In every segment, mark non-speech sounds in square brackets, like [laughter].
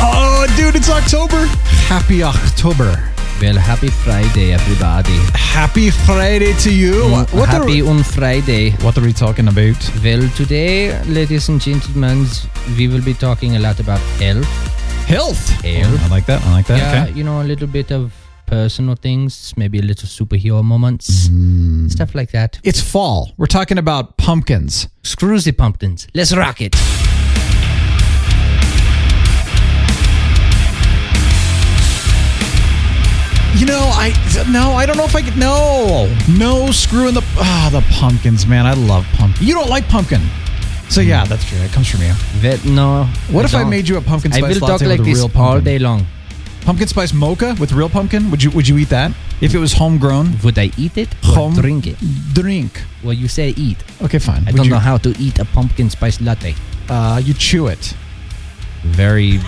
Oh, dude, it's October. Happy October. Well, happy Friday, everybody. Happy Friday to you. Mm, happy on Friday. what are we talking about? Well, today, ladies and gentlemen, we will be talking a lot about health. Health. Health. I like that. I like that. Yeah, Okay. you know, a little bit of personal things, maybe a little superhero moments, stuff like that. It's fall. We're talking about pumpkins. Screw the pumpkins. Let's rock it. You know, I no, I don't know if I could. No, no, screwing the ah the pumpkins, man. I love pumpkin. You don't like pumpkin, so yeah, that's true. It comes from you. Well, no. What if I Mm. don't. made you a pumpkin I spice will latte talk with like a this real all pumpkin? day long. Pumpkin spice mocha with real pumpkin. Would you would you eat that if it was homegrown? Would I eat it or Home drink it? Drink. Well, you say eat. Okay, fine. I Would don't you, know how to eat a pumpkin spice latte. Uh, you chew it. Very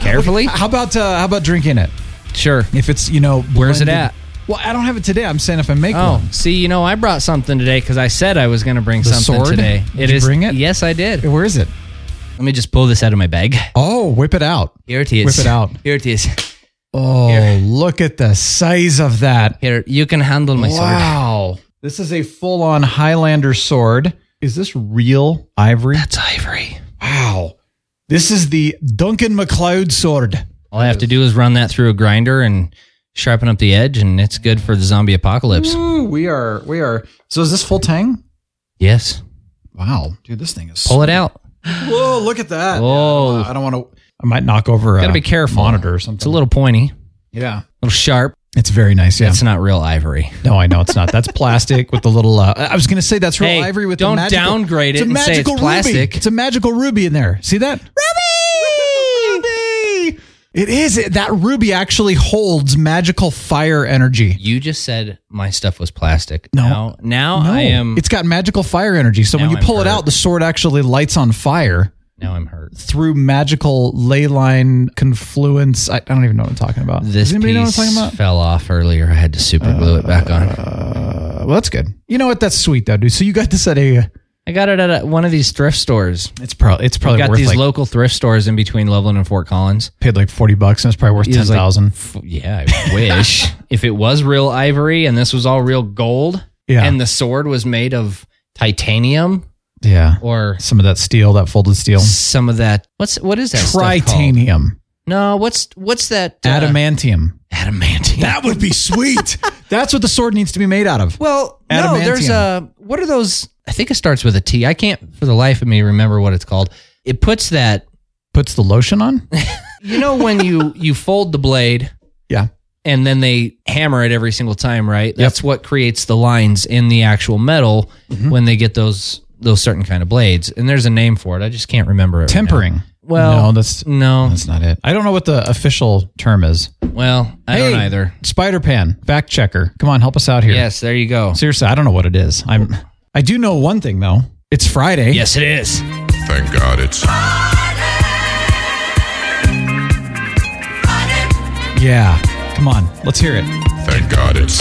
carefully. How about uh, how about drinking it? [laughs] Sure. If it's you know Where's it blended- at? Well, I don't have it today. I'm saying if I make Oh, one, see, you know, I brought something today because I said I was going to bring The something sword? today. Did you bring it? Yes, I did. where is it? Let me just pull this out of my bag. Oh, whip it out. Here it is. Whip it out. Here it is. Oh, look at the size of that. Here, you can handle my sword. wow. This is a full on Highlander sword. Is this real ivory? It's ivory. Wow. This is the Duncan MacLeod sword. All I have to do is run that through a grinder and sharpen up the edge, and it's good for the zombie apocalypse. Ooh, we are, we are. So is this full tang? Yes. Wow. Dude, this thing is. Pull it out. Whoa, look at that. Whoa. I don't want to. I might knock over Gotta a be careful. Uh, monitor or something. It's a little pointy, Yeah. a little sharp. It's very nice. Yeah. It's not real ivory. No, I know it's not. That's plastic with the little. Uh, I was going to say that's real Hey, ivory with don't the magical, downgrade It's it a and say it's magical plastic. Ruby. It's a magical ruby in there. See that? Ruby. Ruby. It is. It- That ruby actually holds magical fire energy. You just said my stuff was plastic. No. Now, now Oh, I am. It's got magical fire energy. So when Now you I'm pull it out, hurt. the sword actually lights on fire now I'm hurt. through magical ley line confluence. I, I don't even know what I'm talking about. This Does anybody piece know what I'm talking about? fell off earlier. I had to super glue it back on. Uh, well, that's good. You know what? That's sweet though, dude. So you got this at a. I got it at a, one of these thrift stores. It's probably it's I probably got worth these like local thrift stores in between Loveland and Fort Collins. paid like 40 bucks and it's probably worth It was like 10,000. f- yeah, I wish [laughs] if it was real ivory and this was all real gold, Yeah. and the sword was made of titanium yeah. or Some of that steel, that folded steel. some of that. What's what is that? stuff called? Tritanium. No, what's what's that? uh, Adamantium. adamantium. That would be sweet. [laughs] That's what the sword needs to be made out of. Well, no, Adamantium. there's a what are those? I think it starts with a T. I can't for the life of me remember what it's called. It puts that Puts the lotion [laughs] on? you know when you you fold the blade Yeah. and then they hammer it every single time, right? That's what creates the lines in the actual metal Mm-hmm. when they get those those certain kind of blades. And there's a name for it. I just can't remember it. right now. Tempering. Well, mm. no, that's no. that's not it. I don't know what the official term is. Well, I Hey, don't either. Spider Pan, fact checker. Come on, help us out here. Yes, there you go. Seriously, I don't know what it is. I'm I do know one thing though. It's Friday. Yes, it is. Thank God it's Yeah. Come on. Let's hear it. thank God it's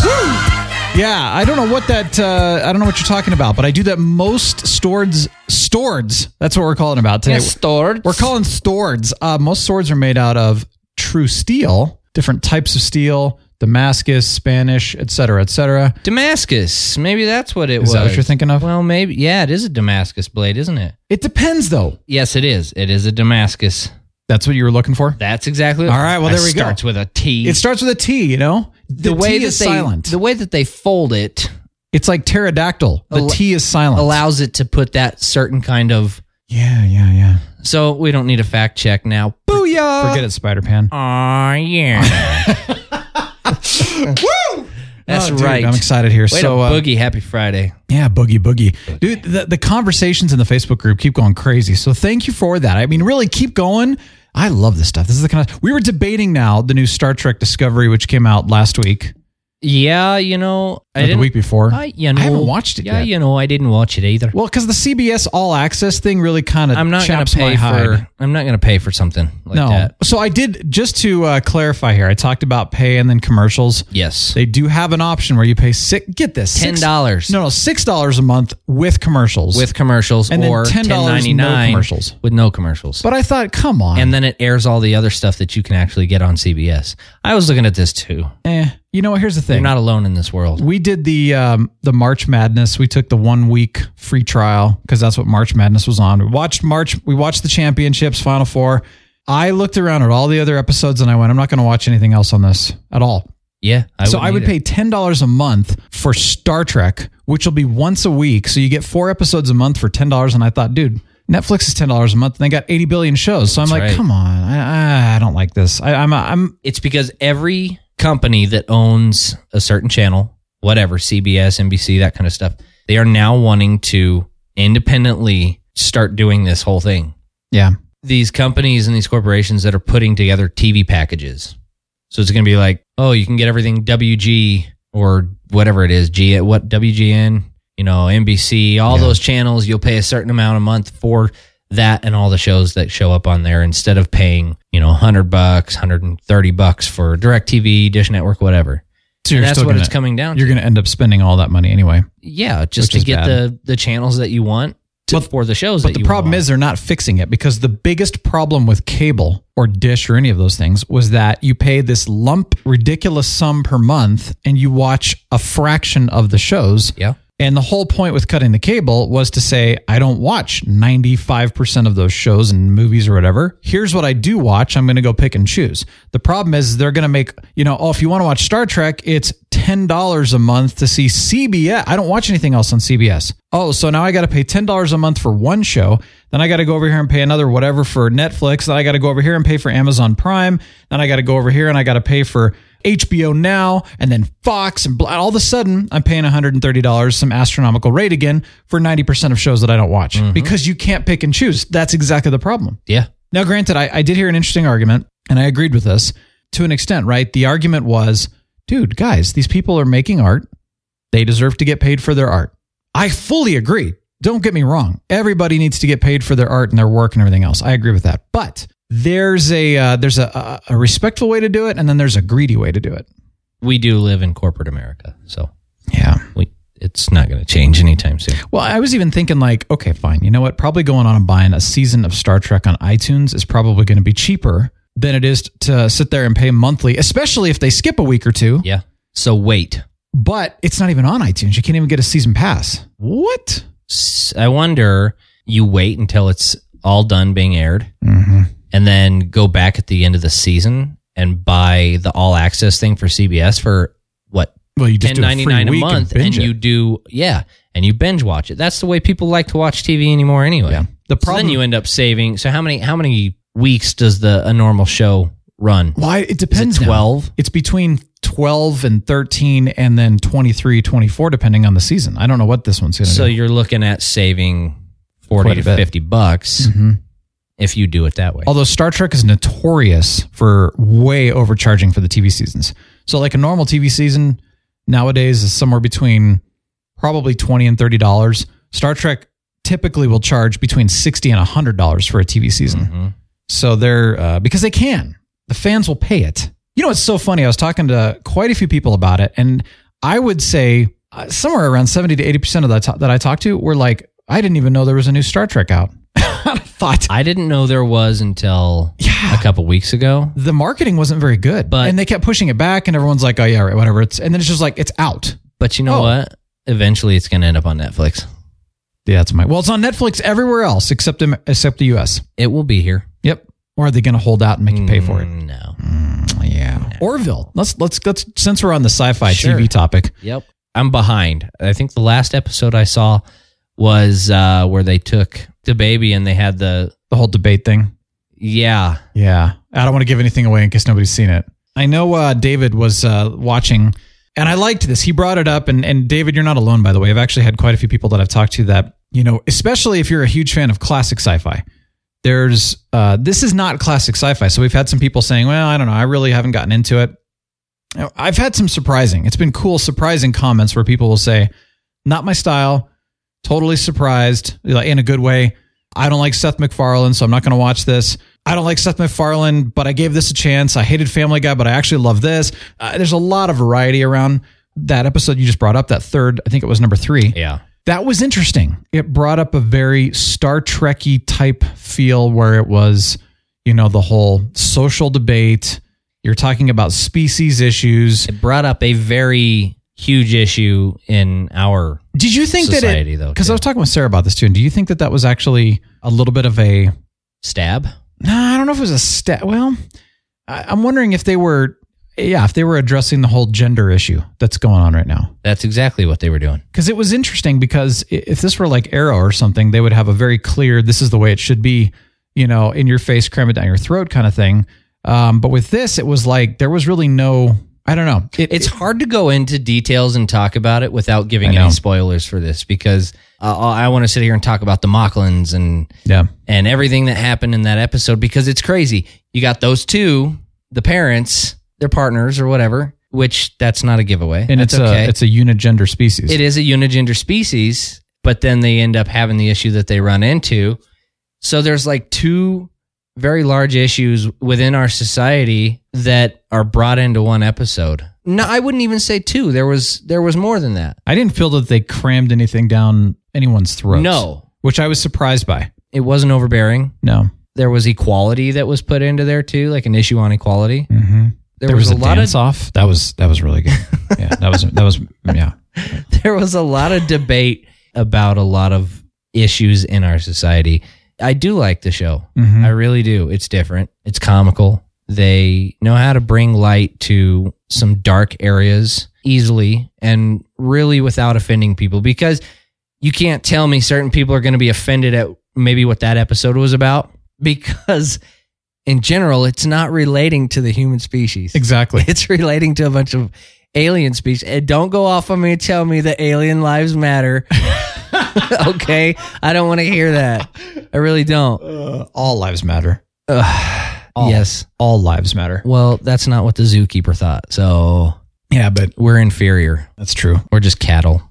Yeah, I don't know what that. Uh, I don't know what you're talking about, but I do that most swords. Swords. That's what we're calling about today. Yes, stored. We're calling swords. Uh, most swords are made out of true steel, different types of steel, Damascus, Spanish, etc., etc. Damascus. Maybe that's what it Is was. that what you're thinking of? Well, maybe. Yeah, it is a Damascus blade, isn't it? It depends, though. Yes, it is. It is a Damascus. That's what you were looking for. That's exactly. All right, well, That there we go. Starts with a T. It starts with a T. You know, the, T that is they, silent. The way that they fold it it's like pterodactyl. The Al- T is silent. allows it to put that certain kind of. Yeah, yeah, yeah. So we don't need a fact check now. Booyah! Forget it, Spider Pan. [laughs] Aw, yeah. That's Oh, dude, right. I'm excited here. Way so to uh, boogie. Happy Friday. Yeah, boogie boogie. Dude, the, the conversations in the Facebook group keep going crazy. So thank you for that. I mean, really keep going. I love this stuff. This is the kind of we were debating now the new Star Trek Discovery, which came out last week, Yeah, you know, I or the didn't- week before. I, you know, I haven't watched it Yeah, yet. you know, I didn't watch it either. Well, because the CBS All Access thing really kind of I'm not gonna chaps my pay hide. for. I'm not gonna pay for something like no. that. So I did just to uh, clarify here. I talked about pay and then commercials. Yes, They do have an option where you pay six. Get this, six- $10. No, no, six dollars a month with commercials. with commercials And then or $10 no 10.99 commercials. with no commercials. but I thought, come on, and then it airs all the other stuff that you can actually get on CBS. I was looking at this too. eh, you know, what? here's the thing. You're not alone in this world. we did the um, the March Madness. We took the one week free trial because that's what March Madness was on. We watched March. We watched the championships, Final Four. I looked around at all the other episodes and I went, I'm not going to watch anything else on this at all. yeah, I so I would pay ten dollars a month for Star Trek, which will be once a week. So you get four episodes a month for ten dollars. And I thought, dude, Netflix is ten dollars a month, and they got eighty billion shows. So I'm like, right. come on, I, I- I don't like this. I, I'm I'm It's because every company that owns a certain channel, whatever CBS, NBC, that kind of stuff, they are now wanting to independently start doing this whole thing. yeah. These companies and these corporations that are putting together TV packages. So it's going to be like, oh, you can get everything WG or whatever it is, G what WGN, you know, NBC, all those channels. You'll pay a certain amount a month for that and all the shows that show up on there instead of paying, you know, hundred bucks, hundred and thirty bucks for Directv, Dish Network, whatever. So And that's still what gonna- it's coming down You're to. going to end up spending all that money anyway. Yeah, just Which to is get bad. the the channels that you want to, for the shows. But that the you problem want. is they're not fixing it because the biggest problem with cable or dish or any of those things was that you pay this lump ridiculous sum per month and you watch a fraction of the shows. yeah, And the whole point with cutting the cable was to say, I don't watch 95% of those shows and movies or whatever. Here's what I do watch. I'm going to go pick and choose. The problem is they're going to make, you know, oh, if you want to watch Star Trek, it's $10 a month to see CBS. I don't watch anything else on CBS. Oh, so now I got to pay $10 a month for one show. Then I got to go over here and pay another whatever for Netflix. Then I got to go over here and pay for Amazon Prime. Then I got to go over here and I got to pay for HBO Now and then Fox and bl- all of a sudden I'm paying $130 some astronomical rate again for 90% of shows that I don't watch because you can't pick and choose. That's exactly the problem. yeah, Now granted I, I did hear an interesting argument and I agreed with this to an extent, right? The argument was, dude, guys, these people are making art. They deserve to get paid for their art. I fully agree. Don't get me wrong. Everybody needs to get paid for their art and their work and everything else. I agree with that. But there's a uh, there's a, a a respectful way to do it, and then there's a greedy way to do it. we do live in corporate America, so Yeah. we it's not going to change anytime soon. Well, I was even thinking like, okay, fine. You know what? Probably going on and buying a season of Star Trek on iTunes is probably going to be cheaper than it is to sit there and pay monthly, especially if they skip a week or two. Yeah. So wait. But it's not even on iTunes. You can't even get a season pass. What? S- I wonder you wait until it's all done being aired Mm-hmm. and then go back at the end of the season and buy the all access thing for CBS for what Well, you just ten do a ninety free nine a week month and, and, binge it. you do yeah and you binge watch it. That's the way people like to watch TV anymore anyway. Yeah. The So problem- then you end up saving. So how many how many weeks does the a normal show run? Why? It depends. now. 12? It's between 12 and 13 and then 23, 24, depending on the season. I don't know what this one's going to So do. you're looking at saving forty Quite a to bit. Mm-hmm. fifty bucks if you do it that way. Although Star Trek is notorious for way overcharging for the TV seasons. So like a normal TV season nowadays is somewhere between probably 20 and $30. Star Trek typically will charge between 60 and $100 for a TV season. Mm-hmm. So they're uh, because they can. The fans will pay it. You know, it's so funny. I was talking to quite a few people about it, and I would say uh, somewhere around seventy to eighty percent of that that I talked to were like, I didn't even know there was a new Star Trek out. [laughs] I thought I didn't know there was until Yeah. a couple weeks ago. the marketing wasn't very good, But- and they kept pushing it back, and everyone's like, oh yeah, right, whatever. It's and then it's just like it's out. But you know Oh. what? Eventually, it's going to end up on Netflix. Yeah, that's my well. It's on Netflix everywhere else except in, except the U.S. It will be here. Yep. Or are they going to hold out and make you pay for it? Mm, No. Hmm. Yeah. Orville. Let's let's let's since we're on the sci-fi Sure. TV topic. Yep. I'm behind. I think the last episode I saw was uh, where they took the baby and they had the The whole debate thing. yeah. Yeah. I don't want to give anything away in case nobody's seen it. I know uh, David was uh, watching, and I liked this. He brought it up, and, and David, you're not alone, by the way. I've actually had quite a few people that I've talked to that, you know, especially if you're a huge fan of classic sci fi, there's uh, this is not classic sci-fi. So we've had some people saying, "Well, I don't know, I really haven't gotten into it." I've had some surprising. It's been cool, surprising comments where people will say, "Not my style." Totally surprised like, in a good way. I don't like Seth MacFarlane, so I'm not going to watch this. I don't like Seth MacFarlane, but I gave this a chance. I hated Family Guy, but I actually love this. Uh, there's a lot of variety around that episode you just brought up. That third, I think it was number three Yeah. that was interesting. It brought up a very Star Trekky type feel where it was, you know, the whole social debate. You're talking about species issues. It brought up a very huge issue in our Did you think Society, that though, it? Because too. I was talking with Sarah about this too. And do you think that that was actually a little bit of a? No, stab. I don't know if it was a step. Well, I, I'm wondering if they were, yeah, if they were addressing the whole gender issue that's going on right now. That's exactly what they were doing. because it was interesting because i- if this were like arrow or something they would have a very clear this is the way it should be you know in your face cram it down your throat kind of thing um, but with this it was like there was really no i don't know it, It's it- hard to go into details and talk about it without I giving know. any spoilers for this because uh, I want to sit here and talk about the Mocklins and yeah and everything that happened in that episode because it's crazy. You got those two, the parents, their partners or whatever, which that's not a giveaway. and that's it's a it's a unigender species it is a unigender species, but then they end up having the issue that they run into. So there's like two very large issues within our society that are brought into one episode. No, I wouldn't even say two. There was there was more than that. i didn't feel that they crammed anything down anyone's throat No. which i was surprised by It wasn't overbearing. no There was equality that was put into there too, like an issue on equality. mm-hmm. There, was, a, lot dance of off that was that was really good yeah that was that was yeah [laughs] there was a lot of debate about a lot of issues in our society. I do like the show. Mhm. I really do. It's different. It's comical. They know how to bring light to some dark areas easily and really without offending people because you can't tell me certain people are going to be offended at maybe what that episode was about [laughs] because in general it's not relating to the human species. exactly [laughs] It's relating to a bunch of alien species. And don't go off on me and tell me that alien lives matter. [laughs] okay? I don't want to hear that. I really don't. Uh, all lives matter All. Yes. all lives matter Well, that's not what the zookeeper thought. So yeah but we're inferior. that's true We're just cattle.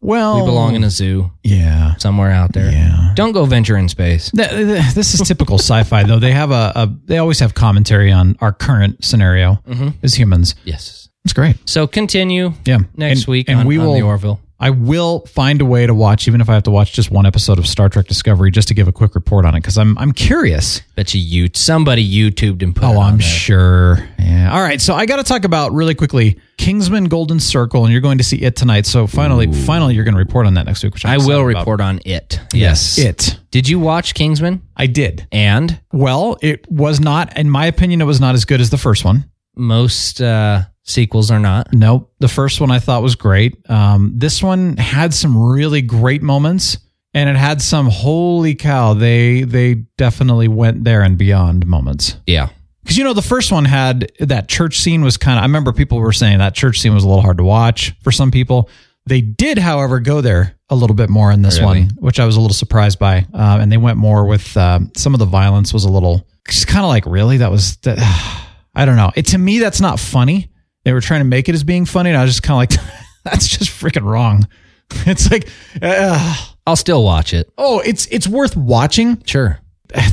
well We belong in a zoo yeah somewhere out there. Yeah. Don't go venture in space. Th- th- This is typical sci-fi, though. They have a, a they always have commentary on our current scenario Mm-hmm. as humans. Yes. It's great. So continue Yeah. next And- week and on, we on will. the Orville. I will find a way to watch, even if I have to watch just one episode of Star Trek Discovery, just to give a quick report on it because I'm I'm curious. Bet you you somebody YouTubed and put it Oh, on I'm there. sure. Yeah. All right. So I got to talk about really quickly Kingsman Golden Circle, and you're going to see it tonight. So finally, finally, you're going to report on that next week. Which I'm I will excited about. report on it. Yes. It. Did you watch Kingsman? I did. And Well, it was not, in my opinion, it was not as good as the first one. most uh, sequels are not. Nope. The first one I thought was great. Um, this one had some really great moments, and it had some holy cow. They they definitely went there and beyond moments. Yeah. Because you know the first one had that church scene was kind of. I remember people were saying that church scene was a little hard to watch for some people. They did, however, go there a little bit more in this Really? one, which I was a little surprised by. Um, and they went more with um, some of the violence was a little just kind of like really that was. That, [sighs] I don't know. It to me that's not funny. They were trying to make it as being funny, and I was just kind of like, [laughs] that's just freaking wrong. [laughs] It's like, uh, I'll still watch it. oh, it's it's worth watching, Sure.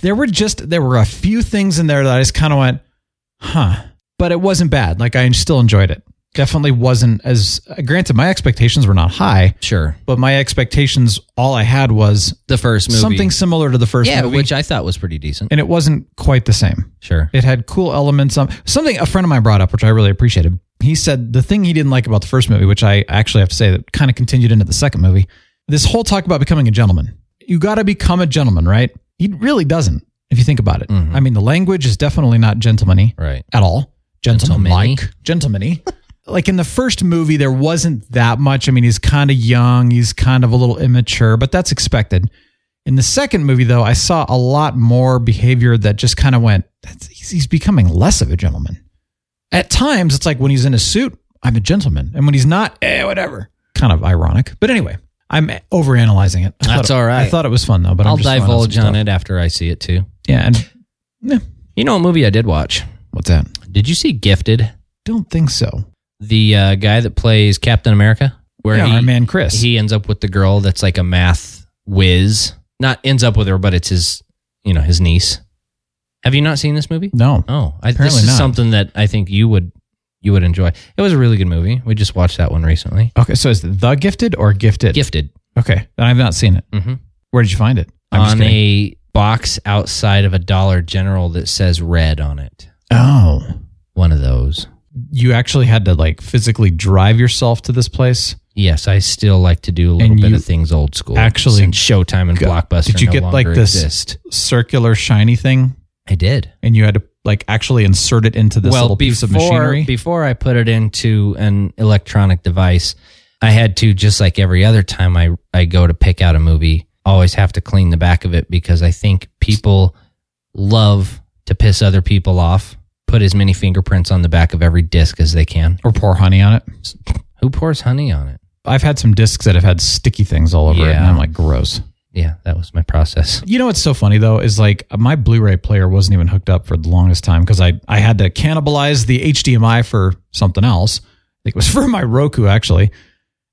there were just there were a few things in there that I just kind of went, huh. But it wasn't bad. Like I still enjoyed it. Definitely wasn't as granted. My expectations were not high, Sure. but my expectations all I had was The first movie. something similar to the first yeah, movie, which I thought was pretty decent. and it wasn't quite the same. Sure. It had cool elements. Um, something a friend of mine brought up, which I really appreciated. He said the thing he didn't like about the first movie, which I actually have to say that kind of continued into the second movie, this whole talk about becoming a gentleman. You got to become a gentleman, right? He really doesn't, if you think about it. I mean, the language is definitely not gentlemanly Right. at all. Gentleman-like. Gentleman-y. [laughs] like in the first movie, there wasn't that much. I mean, he's kind of young. He's kind of a little immature, but that's expected. In the second movie, though, I saw a lot more behavior that just kind of went, that's, he's, he's becoming less of a gentleman. At times, it's like when he's in a suit, I'm a gentleman. And when he's not, eh, whatever. Kind of ironic. But anyway, I'm overanalyzing it. I thought That's it- all right. I thought it was fun, though, but I'll I'm just throwing out divulge some on stuff. it after I see it too. Yeah. And You know what movie I did watch? what's that? Did you see Gifted? Don't think so. The uh, guy that plays Captain America, where Yeah, he, our man Chris. he ends up with the girl that's like a math whiz. Not ends up with her, but it's his, you know, his niece. Have you not seen this movie? no. Oh, I, this Apparently is not. something that I think you would you would enjoy. It was a really good movie. We just watched that one recently. Okay. So is it The Gifted or Gifted? Gifted Okay. I've not seen it. mm-hmm. Where did you find it? I'm just on kidding. a box outside of a Dollar General that says "Red" on it. oh. One of those. You actually had to like physically drive yourself to this place. Yes, I still like to do a little And bit you of things old school. actually since Showtime and go- Blockbuster. Did you no get like longer this Exist. circular shiny thing I did. and you had to like actually insert it into this little piece of machinery? Before I put it into an electronic device, I had to just like every other time I I go to pick out a movie, always have to clean the back of it because I think people love to piss other people off. Put as many fingerprints on the back of every disc as they can. or pour honey on it? Who pours honey on it? I've had some discs that have had sticky things all over it and Yeah. I'm like gross. Yeah, that was my process. You know what's so funny though is like my Blu-ray player wasn't even hooked up for the longest time because I I had to cannibalize the HDMI for something else. I think it was [laughs] for my Roku actually,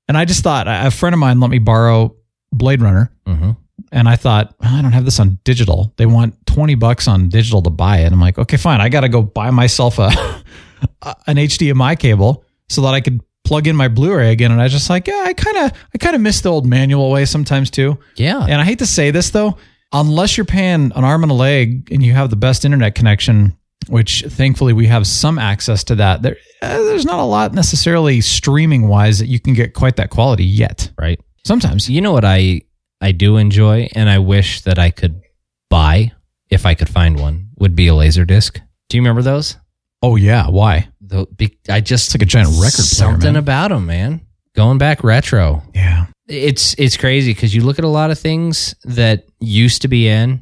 and I just thought a friend of mine let me borrow Blade Runner, hmm and I thought "Oh, I don't have this on digital. They want twenty bucks on digital to buy it. I'm like, okay, fine. I got to go buy myself a [laughs] an HDMI cable so that I could plug in my Blu-ray again. And I was just like, yeah, I kind of I kind of miss the old manual way sometimes too. Yeah. And I hate to say this though, unless you're paying an arm and a leg and you have the best internet connection, which thankfully we have some access to that, there, uh, there's not a lot necessarily streaming wise that you can get quite that quality yet. Right. Sometimes. You know what I I do enjoy and I wish that I could buy if I could find one would be a laser disc. Do you remember those? Oh, yeah. Why? The, be, I just It's like a giant record player. something man. about them, man. Going back retro, yeah. it's it's crazy because you look at a lot of things that used to be in,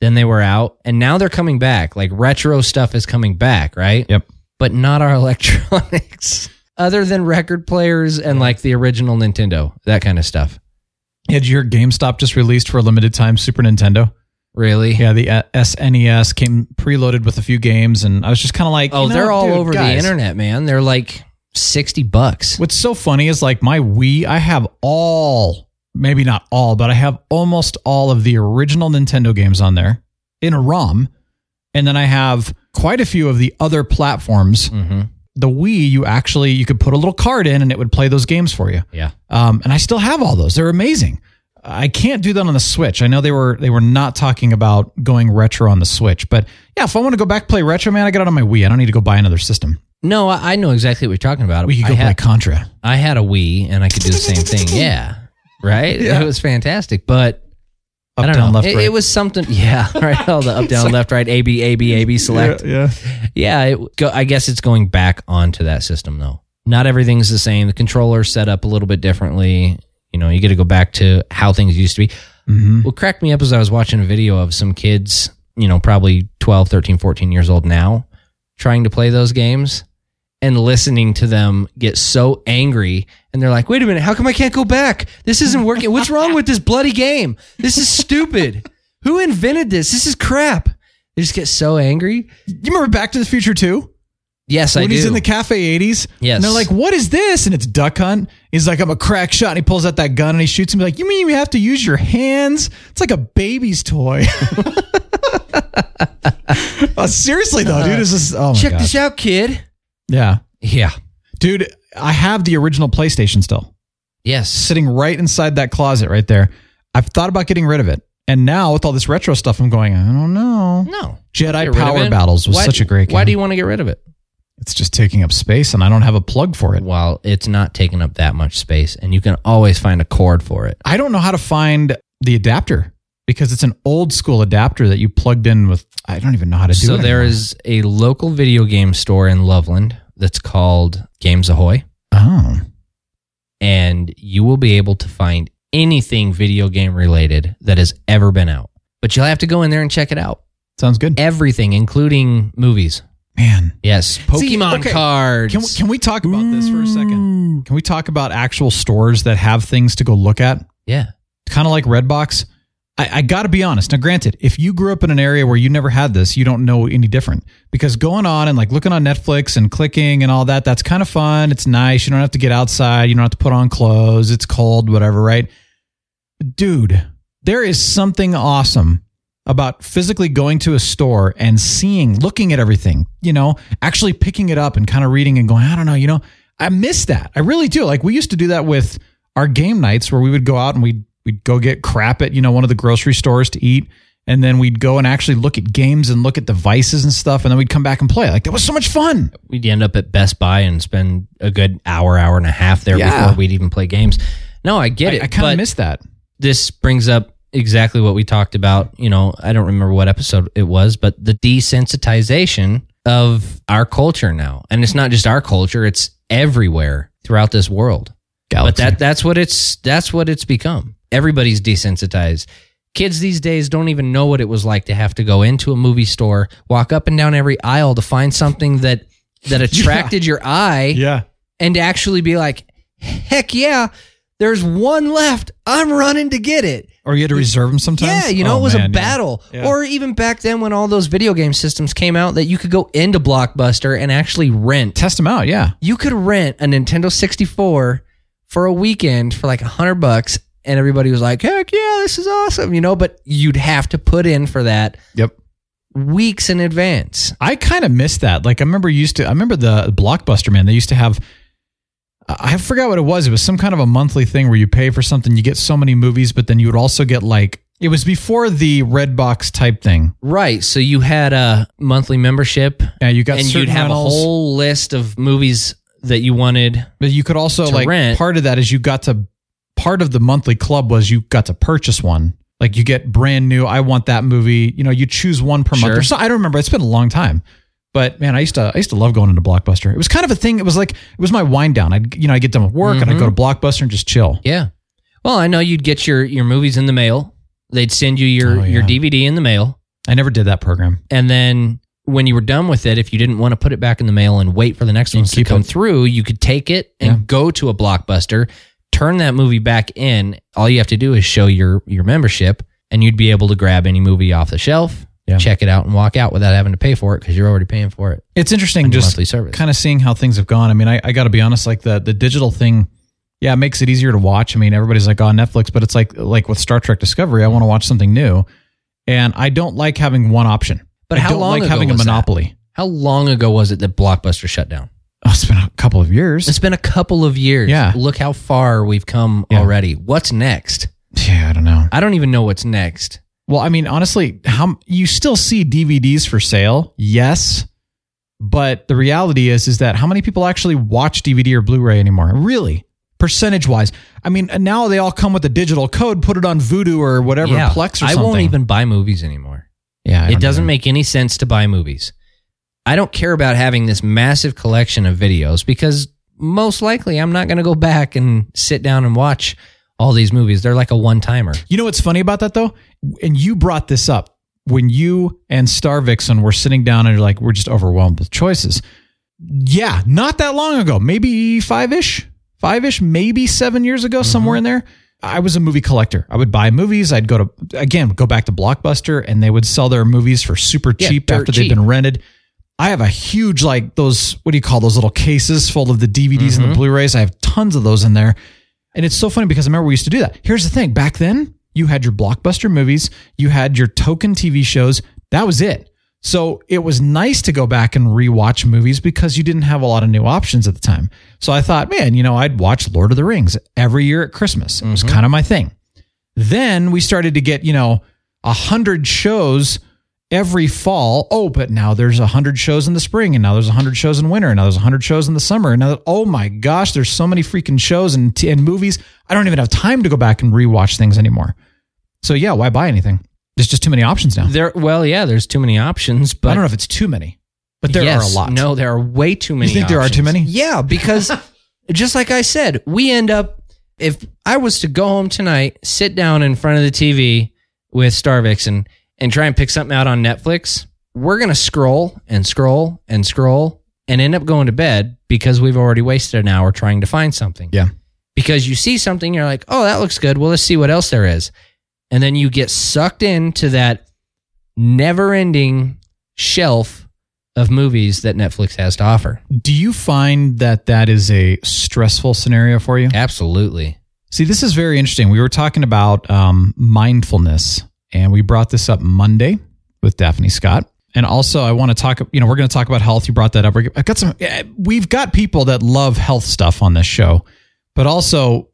then they were out, and now they're coming back. Like retro stuff is coming back, right? Yep. But not our [laughs] electronics, other than record players and like the original Nintendo, that kind of stuff. Did you hear GameStop just released for a limited time Super Nintendo? Really? Yeah, the uh, SNES came preloaded with a few games, and I was just kind of like, Oh, you know, they're all dude, over the guys, internet, man. They're like sixty bucks. What's so funny is like my Wii, I have all, maybe not all, but I have almost all of the original Nintendo games on there in a ROM. And then I have quite a few of the other platforms. Mm-hmm. The Wii, you actually you could put a little card in and it would play those games for you. Yeah. Um, and I still have all those. They're amazing. I can't do that on the Switch. I know they were they were not talking about going retro on the Switch, but yeah, if I want to go back play retro, man, I got it on my Wii. I don't need to go buy another system. No, I, I know exactly what you're talking about. We could I go had- play Contra. I had a Wii and I could do the same [laughs] thing. Yeah. Right? It was fantastic. But Up, I don't down, know. left, it, right. it was something. [laughs] Yeah. Right. All the [laughs] up, down, left, right, A, B, A, B, A, B, select. yeah. Yeah. it, go, I guess it's going back onto that system, though. Not everything's the same. The controller's set up a little bit differently. You know, you got to go back to how things used to be. Mm-hmm. What cracked me up is I was watching a video of some kids, you know, probably 12, 13, 14 years old now, trying to play those games and listening to them get so angry. And they're like, wait a minute, how come I can't go back? This isn't working. What's wrong with this bloody game? This is stupid. Who invented this? This is crap. They just get so angry. You remember Back to the Future 2? Yes, I when do. he's in the cafe 80s? Yes. And they're like, what is this? And it's Duck Hunt. He's like, I'm a crack shot. And he pulls out that gun and he shoots him. He's like, you mean you have to use your hands? It's like a baby's toy. [laughs] Uh, seriously, though, dude. This is, oh my Check gosh. this out, kid. Yeah. Yeah. Dude, I have the original PlayStation still Yes. sitting right inside that closet right there. I've thought about getting rid of it. And now with all this retro stuff, I'm going, I don't know. No. Get Jedi rid of Power it. Battles was Why- such a great game. Why do you want to get rid of it? It's just taking up space, and I don't have a plug for it. Well, it's not taking up that much space, and you can always find a cord for it. I don't know how to find the adapter because it's an old school adapter that you plugged in with. I don't even know how to do So it. there anymore. is a local video game store in Loveland that's called Games Ahoy, Oh, and you will be able to find anything video game related that has ever been out. But you'll have to go in there and check it out. sounds good, Everything, including movies. man. Yes, Pokemon okay. cards. Can we, can we talk about this for a second? Can we talk about actual stores that have things to go look at? yeah. Kind of like Redbox. I, I got to be honest. Now, granted, if you grew up in an area where you never had this, you don't know any different. Because going on and like looking on Netflix and clicking and all that, that's kind of fun. It's nice. You don't have to get outside. You don't have to put on clothes. It's cold, whatever, right? Dude, there is something awesome about physically going to a store and seeing, looking at everything, you know, actually picking it up and kind of reading and going, I don't know, you know, I miss that. I really do. Like we used to do that with our game nights where we would go out and we'd we'd go get crap at, you know, one of the grocery stores to eat. And then we'd go and actually look at games and look at devices and stuff, and then we'd come back and play. Like that was so much fun. We'd end up at Best Buy and spend a good hour, hour and a half there Yeah. before we'd even play games. No, I get I, it. I kind but- of miss that. this brings up exactly what we talked about. You know, I don't remember what episode it was, but the desensitization of our culture now. And it's not just our culture, it's everywhere throughout this world. Galaxy. But that that's what it's that's what it's become. Everybody's desensitized. Kids these days don't even know what it was like to have to go into a movie store, walk up and down every aisle to find something that that attracted your eye yeah. and to actually be like, heck yeah, there's one left. I'm running to get it. Or you had to reserve them sometimes. Yeah, you know, Oh, it was man, a yeah. battle. Yeah. Or even back then when all those video game systems came out that you could go into Blockbuster and actually rent. Test them out. Yeah. You could rent a Nintendo 64 for a weekend for like a hundred bucks. And everybody was like, heck yeah, this is awesome, you know, but you'd have to put in for that Yep. weeks in advance. I kind of miss that. Like I remember used to. I remember the Blockbuster man. They used to have. I I forgot what it was. It was some kind of a monthly thing where you pay for something, you get so many movies, but then you would also get like it was before the red box type thing. Right. So you had a monthly membership Yeah, you got and certain you'd have rentals, a whole list of movies that you wanted. but you could also to like rent. part of that is you got to part of the monthly club was you got to purchase one. Like you get brand new. I want that movie. You know, you choose one per month. Sure. Or so, I don't remember. It's been a long time. But man, I used to I used to love going into Blockbuster. It was kind of a thing. It was like it was my wind down. I would you know I would get done with work Mm-hmm. and I go to Blockbuster and just chill. Yeah. Well, I know you'd get your your movies in the mail. They'd send you your Oh, your yeah. DVD in the mail, I never did that program. and then when you were done with it, if you didn't want to put it back in the mail and wait for the next You ones to keep come it. through, you could take it and Yeah. go to a blockbuster, turn that movie back in. All you have to do is show your your membership, and you'd be able to grab any movie off the shelf, Yeah. check it out, and walk out without having to pay for it because you're already paying for it. It's interesting On your just monthly service. kind of seeing how things have gone. I mean, I, I got to be honest, like the, the digital thing, yeah, it makes it easier to watch. I mean, everybody's like on Netflix, but it's like like with Star Trek Discovery, I want to watch something new, and I don't like having one option. But I how don't long like ago having a was that? monopoly. How long ago was it that Blockbuster shut down? Oh, it's been a couple of years. It's been a couple of years. Yeah. Look how far we've come Yeah. already. What's next? yeah, I don't know. I don't even know what's next. Well, I mean, honestly, how you still see DVDs for sale? Yes, but the reality is, is that how many people actually watch DVD or Blu-ray anymore? Really, percentage wise? I mean, now they all come with a digital code. Put it on Vudu or whatever Plex or I something. won't even buy movies anymore. Yeah, I It don't doesn't either. make any sense to buy movies. I don't care about having this massive collection of videos because most likely I'm not going to go back and sit down and watch all these movies. They're like a one timer. You know what's funny about that though, and you brought this up when you and Star Vixen were sitting down and you're like, we're just overwhelmed with choices. Yeah, not that long ago, maybe five ish, five ish, maybe seven years ago, Mm-hmm. somewhere in there. I was a movie collector. I would buy movies. I'd go to again go back to Blockbuster, and they would sell their movies for super Yeah, cheap dirt after they've cheap. been rented. I have a huge like those what do you call those little cases full of the DVDs Mm-hmm. and the Blu-rays. I have tons of those in there. And it's so funny because I remember we used to do that. Here's the thing, back then you had your blockbuster movies, you had your token TV shows, that was it. So it was nice to go back and rewatch movies because you didn't have a lot of new options at the time. So I thought, man, you know, I'd watch Lord of the Rings every year at Christmas. It was kind of my thing. Then we started to get, you know, a hundred shows every fall. Oh, but now there's a hundred shows in the spring, and now there's a hundred shows in winter, and now there's a hundred shows in the summer. And now, oh my gosh, there's so many freaking shows and t- and movies. I don't even have time to go back and rewatch things anymore. So yeah, why buy anything? There's just too many options now. There, well, yeah, there's too many options, but I don't know if it's too many, but there Yes, are a lot. No, there are way too many. think there are options. too many? Yeah, [laughs] because just like I said, we end up if I was to go home tonight, sit down in front of the TV with Star Vixen and try and pick something out on Netflix, we're gonna scroll and scroll and scroll and end up going to bed because we've already wasted an hour trying to find something. Yeah. Because you see something, you're like, oh, that looks good. Well, let's see what else there is. and then you get sucked into that never-ending shelf of movies that Netflix has to offer. Do you find that that is a stressful scenario for you? Absolutely. See, this is very interesting. We were talking about um, mindfulness, and we brought this up Monday with Daphne Scott. And also, I want to talk. You know, we're going to talk about health. You brought that up. We're- I've got some. eh, We've got people that love health stuff on this show, but also,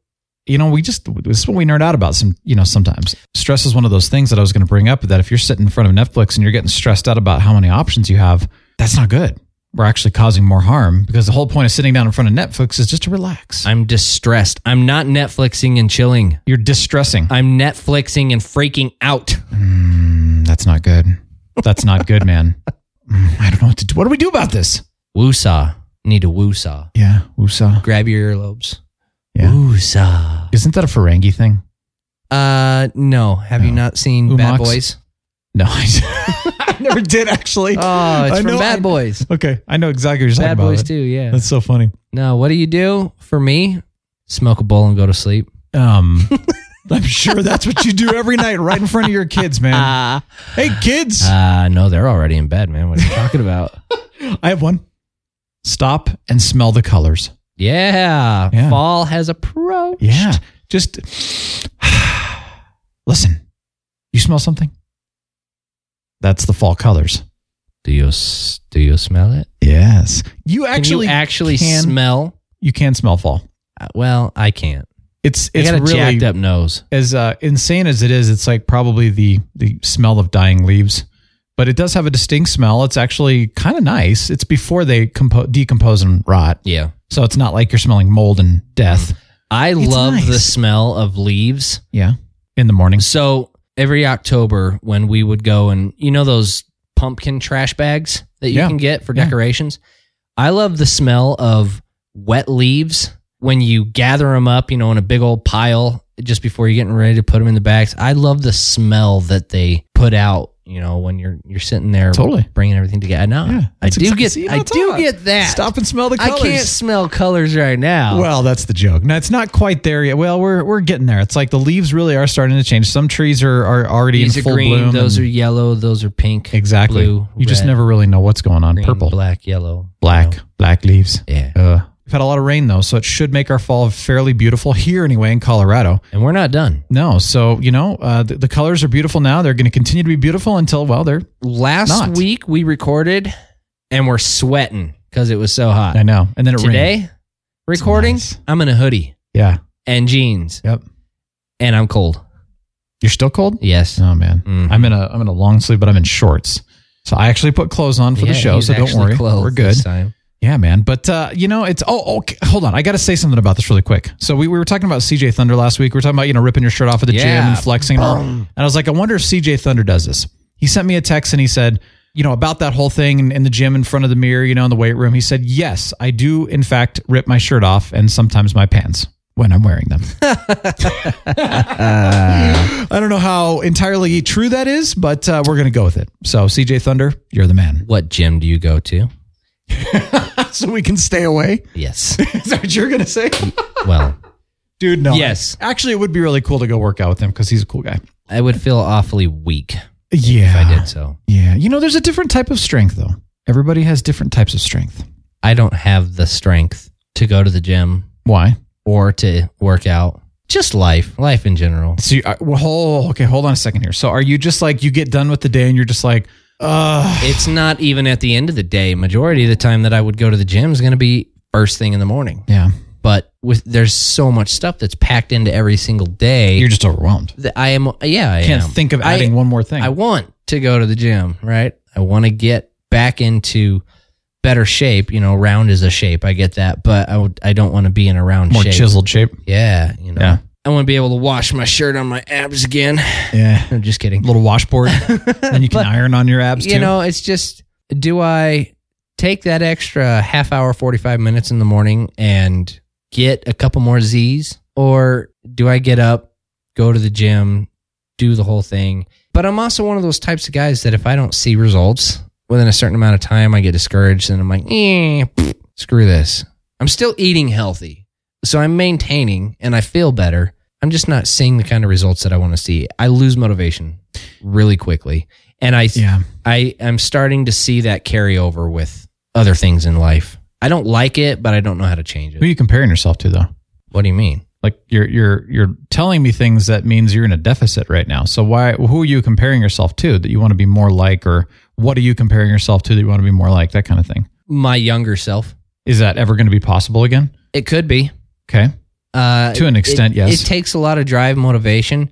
you know, we just this is what we nerd out about. Some, you know, sometimes stress is one of those things that I was going to bring up. That if you're sitting in front of Netflix and you're getting stressed out about how many options you have, that's not good. We're actually causing more harm because the whole point of sitting down in front of Netflix is just to relax. I'm distressed. I'm not Netflixing and chilling. You're distressing. I'm Netflixing and freaking out. Mm, That's not good. That's not good, [laughs] man. Mm, I don't know what to do. What do we do about this? Woosah. Need a woosah. Yeah, Usa. Grab your earlobes. Yeah. Woosah. Isn't that a Ferengi thing? Uh, no. Have you not seen Umox? Bad Boys? No, I, [laughs] I never did actually. Oh, it's I from know- I- Bad Boys. Okay, I know exactly what you're Bad talking Boys about. too. Yeah. That's so funny. no, what do you do for me? Smoke a bowl and go to sleep. [laughs] Um, I'm sure that's what you do every night, right in front of your kids, man. [laughs] Ah. hey, kids, Uh, no, they're already in bed, man. What are you talking [laughs] about? I have one. Stop and smell the colors. yeah, Yeah. Fall has approached. Yeah, just [sighs] listen. You smell something? That's the fall colors. Do you s- do you smell it? Yes. You actually can you actually can, smell? you can smell fall. Uh, well, I can't. It's I it's got a jacked really up nose. as uh, insane as it is, it's like probably the the smell of dying leaves. But it does have a distinct smell. It's actually kind of nice. It's before they compo- decompose and rot. Yeah, So it's not like you're smelling mold and Mm-hmm. death. I love nice. the smell of leaves. Yeah. In the morning. So every October, when we would go and you know those pumpkin trash bags that you Yeah. can get for Yeah. decorations, I love the smell of wet leaves when you gather them up, you know, in a big old pile just before you're getting ready to put them in the bags. I love the smell that they put out. You know, when you're you're sitting there, Totally. bringing everything together. No, Yeah. I That's do exactly- get, See, I that's do odd. get that. Stop and smell the I colors. can't smell colors right now. Well, that's the joke. Now it's not quite there yet. Well, we're we're getting there. It's like the leaves really are starting to change. Some trees are, are already these in are full green, bloom. those and- are yellow, those are pink, Exactly. blue, you just red, never really know what's going on. green, Purple, black, yellow, black, you know. black leaves. Yeah. Uh, we've had a lot of rain though, so it should make our fall fairly beautiful here anyway in Colorado. And we're not done. No, so you know uh, the, the colors are beautiful now. They're going to continue to be beautiful until well, they're. Last Not. week we recorded and we're sweating because it was so hot. I know, and then it Today, rained. recording, nice. I'm in a hoodie Yeah. and jeans Yep. and I'm cold. You're still cold. Yes. Oh man, Mhm. I'm in a I'm in a long sleeve, but I'm in shorts. So I actually put clothes on for Yeah, the show, he's so don't actually worry, clothed we're good. this time. Yeah, man. But uh, you know, it's oh, okay. Hold on, I got to say something about this really quick. So we, we were talking about CJ Thunder last week. We were talking about you know ripping your shirt off at the gym Yeah. and flexing, and, all. and I was like, I wonder if CJ Thunder does this. He sent me a text and he said, you know, about that whole thing in, in the gym in front of the mirror, you know, in the weight room. He said, yes, I do in fact rip my shirt off and sometimes my pants when I'm wearing [laughs] them. I don't know how entirely true that is, but uh, we're gonna go with it. So CJ Thunder, you're the man. What gym do you go to? so we can stay away. [laughs] Yes. Is that what you're gonna say? [laughs] well, Dude, no. Yes. Actually, it would be really cool to go work out with him because he's a cool guy. I would feel awfully weak Yeah. if I did so. Yeah. You know, there's a different type of strength, though. Everybody has different types of strength. I don't have the strength to go to the gym Why? or to work out. Just life, life in general. So, you, uh, well, hold, okay, hold on a second here. So, are you just like, you get done with the day and you're just like, uh, It's not even at the end of the day. Majority of the time that I would go to the gym is going to be first thing in the morning. yeah. But with there's so much stuff that's packed into every single day. You're just overwhelmed. that I am yeah, I Can't am. think of I- adding one more thing. I want to go to the gym, right? I want to get back into better shape, you know, round is a shape. I get that, but I would, I don't want to be in a round More shape. chiseled shape. Yeah, you know. Yeah. I want to be able to wash my shirt on my abs again. [laughs] Yeah. I'm just kidding. Little [laughs] washboard. and you can But, iron on your abs, too. you know, it's just do I take that extra half hour, 45 minutes in the morning and get a couple more Z's? Or do I get up, go to the gym, do the whole thing? But I'm also one of those types of guys that if I don't see results within a certain amount of time, I get discouraged and I'm like, eh, pfft, screw this. I'm still eating healthy. So I'm maintaining and I feel better. I'm just not seeing the kind of results that I want to see. I lose motivation really quickly, and I Yeah. I am starting to see that carry over with other things in life. I don't like it, but I don't know how to change Who are it. you comparing yourself to though? What do you mean? Like you're you're you're telling me things that means you're in a deficit right now. So why who are you comparing yourself to that you want to be more like or what are you comparing yourself to that you want to be more like that kind of thing? My younger self. Is that ever going to be possible again? It could be. Okay. Uh, To an it- extent, it- yes. It takes a lot of drive, motivation,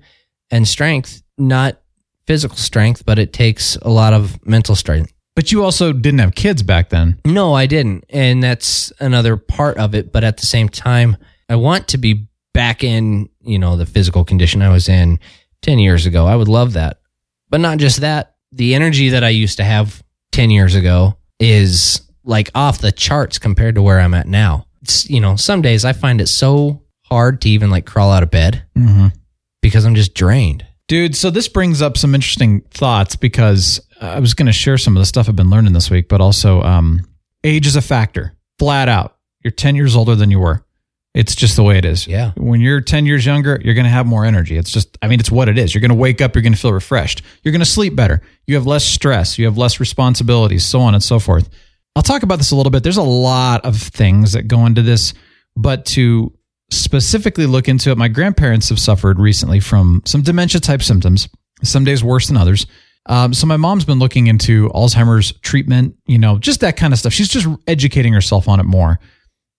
and strength, not physical strength, but it takes a lot of mental strength. But you also didn't have kids back then. No, I didn't. And that's another part of it. But at the same time, I want to be back in, you know, the physical condition I was in 10 years ago. I would love that. But not just that, the energy that I used to have 10 years ago is like off the charts compared to where I'm at now. It's, you know, some days I find it so hard to even like crawl out of bed Mm-hmm. because I'm just drained. Dude, so this brings up some interesting thoughts because uh, I was going to share some of the stuff I've been learning this week, but also um, age is a factor, flat out. You're 10 years older than you were. It's just the way it is. Yeah. When you're 10 years younger, you're going to have more energy. It's just, I mean, it's what it is. You're going to wake up, you're going to feel refreshed, you're going to sleep better, you have less stress, you have less responsibilities, so on and so forth. I'll talk about this a little bit. There's a lot of things that go into this, but to specifically look into it, my grandparents have suffered recently from some dementia type symptoms, some days worse than others. Um, so my mom's been looking into Alzheimer's treatment, you know, just that kind of stuff. She's just educating herself on it more.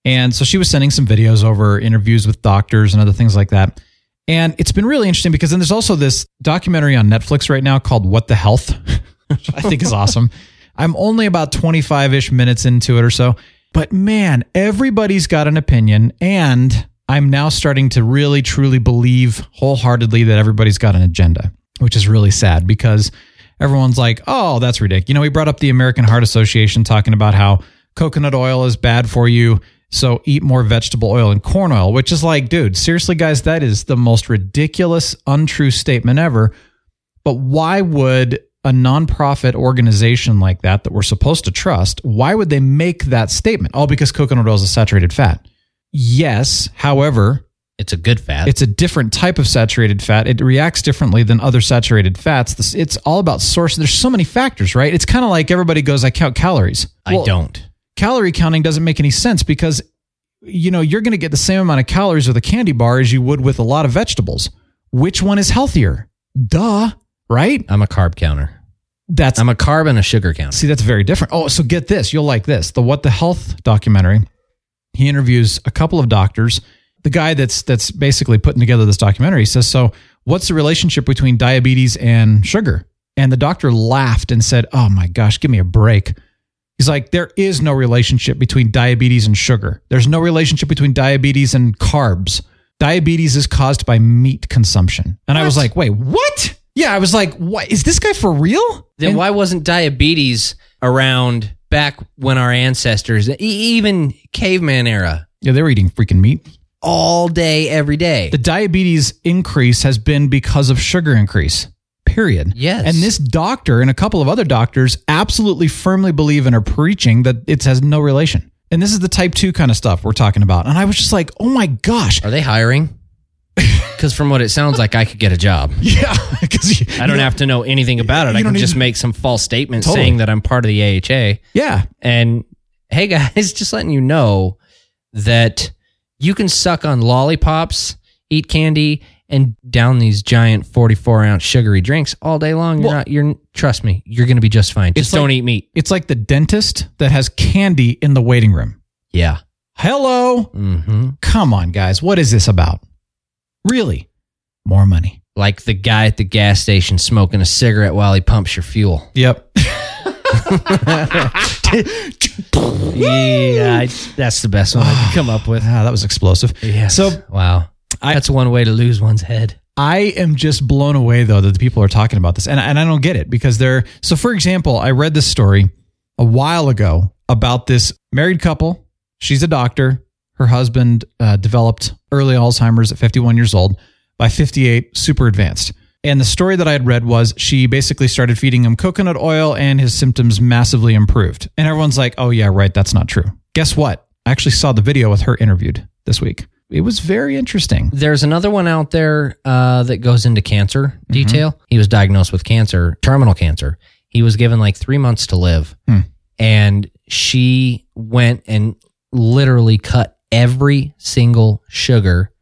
And so she was sending some videos over interviews with doctors and other things like that. And it's been really interesting because then there's also this documentary on Netflix right now called What the Health, which I think is awesome. I'm only about 25 ish minutes into it or so. But man, everybody's got an opinion. And I'm now starting to really, truly believe wholeheartedly that everybody's got an agenda, which is really sad because everyone's like, oh, that's ridiculous. You know, we brought up the American Heart Association talking about how coconut oil is bad for you. So eat more vegetable oil and corn oil, which is like, dude, seriously, guys, that is the most ridiculous, untrue statement ever. But why would a nonprofit organization like that, that we're supposed to trust, why would they make that statement? Oh, because coconut oil is a saturated fat. Yes. However, It's a good fat. it's a different type of saturated fat. It reacts differently than other saturated fats. This, it's all about source. There's so many factors, right? It's kind of like everybody goes, I count calories. I Well, don't. Calorie counting doesn't make any sense because, you know, you're going to get the same amount of calories with a candy bar as you would with a lot of vegetables. Which one is healthier? Duh, right? I'm a carb counter. That's I'm a carb and a sugar counter. See, that's very different. Oh, so get this. You'll like this. The What the Health documentary. He interviews a couple of doctors. The guy that's that's basically putting together this documentary says, "So, what's the relationship between diabetes and sugar?" And the doctor laughed and said, "Oh my gosh, give me a break." He's like, "There is no relationship between diabetes and sugar. There's no relationship between diabetes and carbs. Diabetes is caused by meat consumption." And I was like, "Wait, what?" Yeah, I was like, "What is this guy for real?" Then And- why wasn't diabetes around back when our ancestors, e- even caveman era, Yeah, they were eating freaking meat. all day, every day? The diabetes increase has been because of sugar increase. Period. Yes. And this doctor and a couple of other doctors absolutely firmly believe and are preaching that it has no relation. And this is the type two kind of stuff we're talking about. And I was just like, oh my gosh. [laughs] Are they hiring? Because from what it sounds like, I could get a job. Yeah. Because I don't have to know anything about it. you I don't can need just to- make some false statement Totally. saying that I'm part of the AHA. Yeah. And hey, guys, [laughs] just letting you know that you can suck on lollipops, eat candy, and down these giant 44 ounce sugary drinks all day long. You're Well- not, you're, trust me, you're going to be just fine. Just like- don't eat meat. It's like the dentist that has candy in the waiting room. Yeah. Hello. hmm Come on, guys. What is this about? Really? More money. Like the guy at the gas station smoking a cigarette while he pumps your fuel. [laughs] Yep. [laughs] Yeah, I- that's the best one [sighs] I could come up with. Ah, that was explosive. Yes. So wow, I- that's one way to lose one's head. I am just blown away though that the people are talking about this, and and I don't get it because they're so. For example, I read this story a while ago about this married couple. She's a doctor. Her husband uh, developed early Alzheimer's at 51 years old. By 58, super advanced. And the story that I had read was she basically started feeding him coconut oil, and his symptoms massively improved. And everyone's like, "Oh yeah, right. That's not true." Guess what? I actually saw the video with her interviewed this week. it was very interesting. There's another one out there uh, that goes into cancer detail. Mm-hmm. He was diagnosed with cancer, terminal cancer. He was given like three months to live. Hmm. And she went and literally cut every single sugar,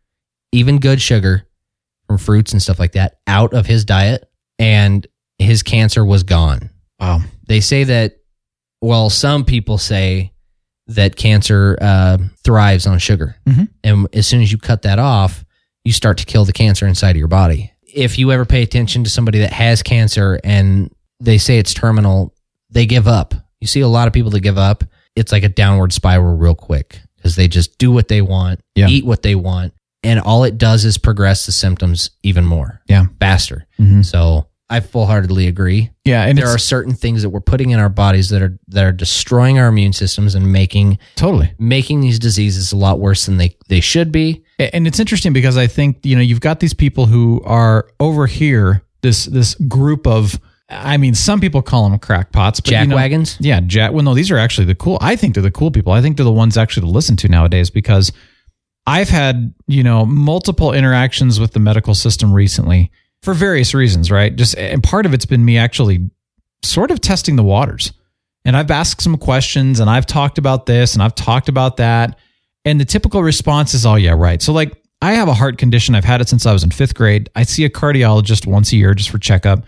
even good sugar from fruits and stuff like that, out of his diet. And his cancer was gone. Wow. They say that, well, some people say that cancer uh, thrives on sugar. Mhm. And as soon as you cut that off, you start to kill the cancer inside of your body. If you ever pay attention to somebody that has cancer and they say it's terminal, they give up. You see a lot of people that give up. It's like a downward spiral real quick because they just do what they want, Yeah. eat what they want, and all it does is progress the symptoms even more. Yeah. Faster. Mhm. So I full heartedly agree Yeah, and Mm-hmm. there are it's certain things that we're putting in our bodies that are that are destroying our immune systems and making totally. making these diseases a lot worse than they they should be. And it's interesting because I think you know you've got these people who are over here. This this group of, I mean, some people call them crackpots, but you know- Jackwagons? Yeah, jack. Well, no, these are actually the cool. I think they're the cool people. I think they're the ones actually to listen to nowadays because I've had you know multiple interactions with the medical system recently for various reasons, right? Just and part of it's been me actually sort of testing the waters. And I've asked some questions and I've talked about this and I've talked about that. And the typical response is, oh, yeah, right. So, like, I have a heart condition. I've had it since I was in fifth grade. I see a cardiologist once a year just for checkup.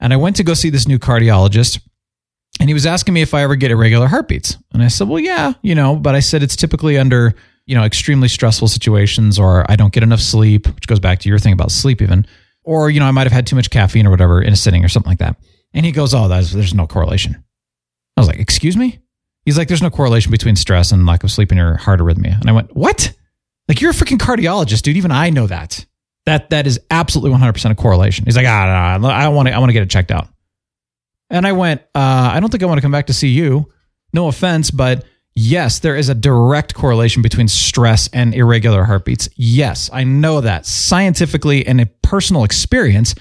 And I went to go see this new cardiologist and he was asking me if I ever get irregular heartbeats. And I said, well, yeah, you know, but I said it's typically under, you know, extremely stressful situations or I don't get enough sleep, which goes back to your thing about sleep, even. Or, you know, I might have had too much caffeine or whatever in a sitting or something like that. And he goes, oh, that's, there's no correlation. I was like, excuse me? He's like, there's no correlation between stress and lack of sleep and your heart arrhythmia. And I went, what? Like, you're a freaking cardiologist, dude. Even I know that. That that is absolutely 100% a correlation. He's like, ah, no, no, I want to, I want to get it checked out. And I went, uh, I don't think I want to come back to see you. No offense, but yes, there is a direct correlation between stress and irregular heartbeats. Yes, I know that scientifically and a personal experience.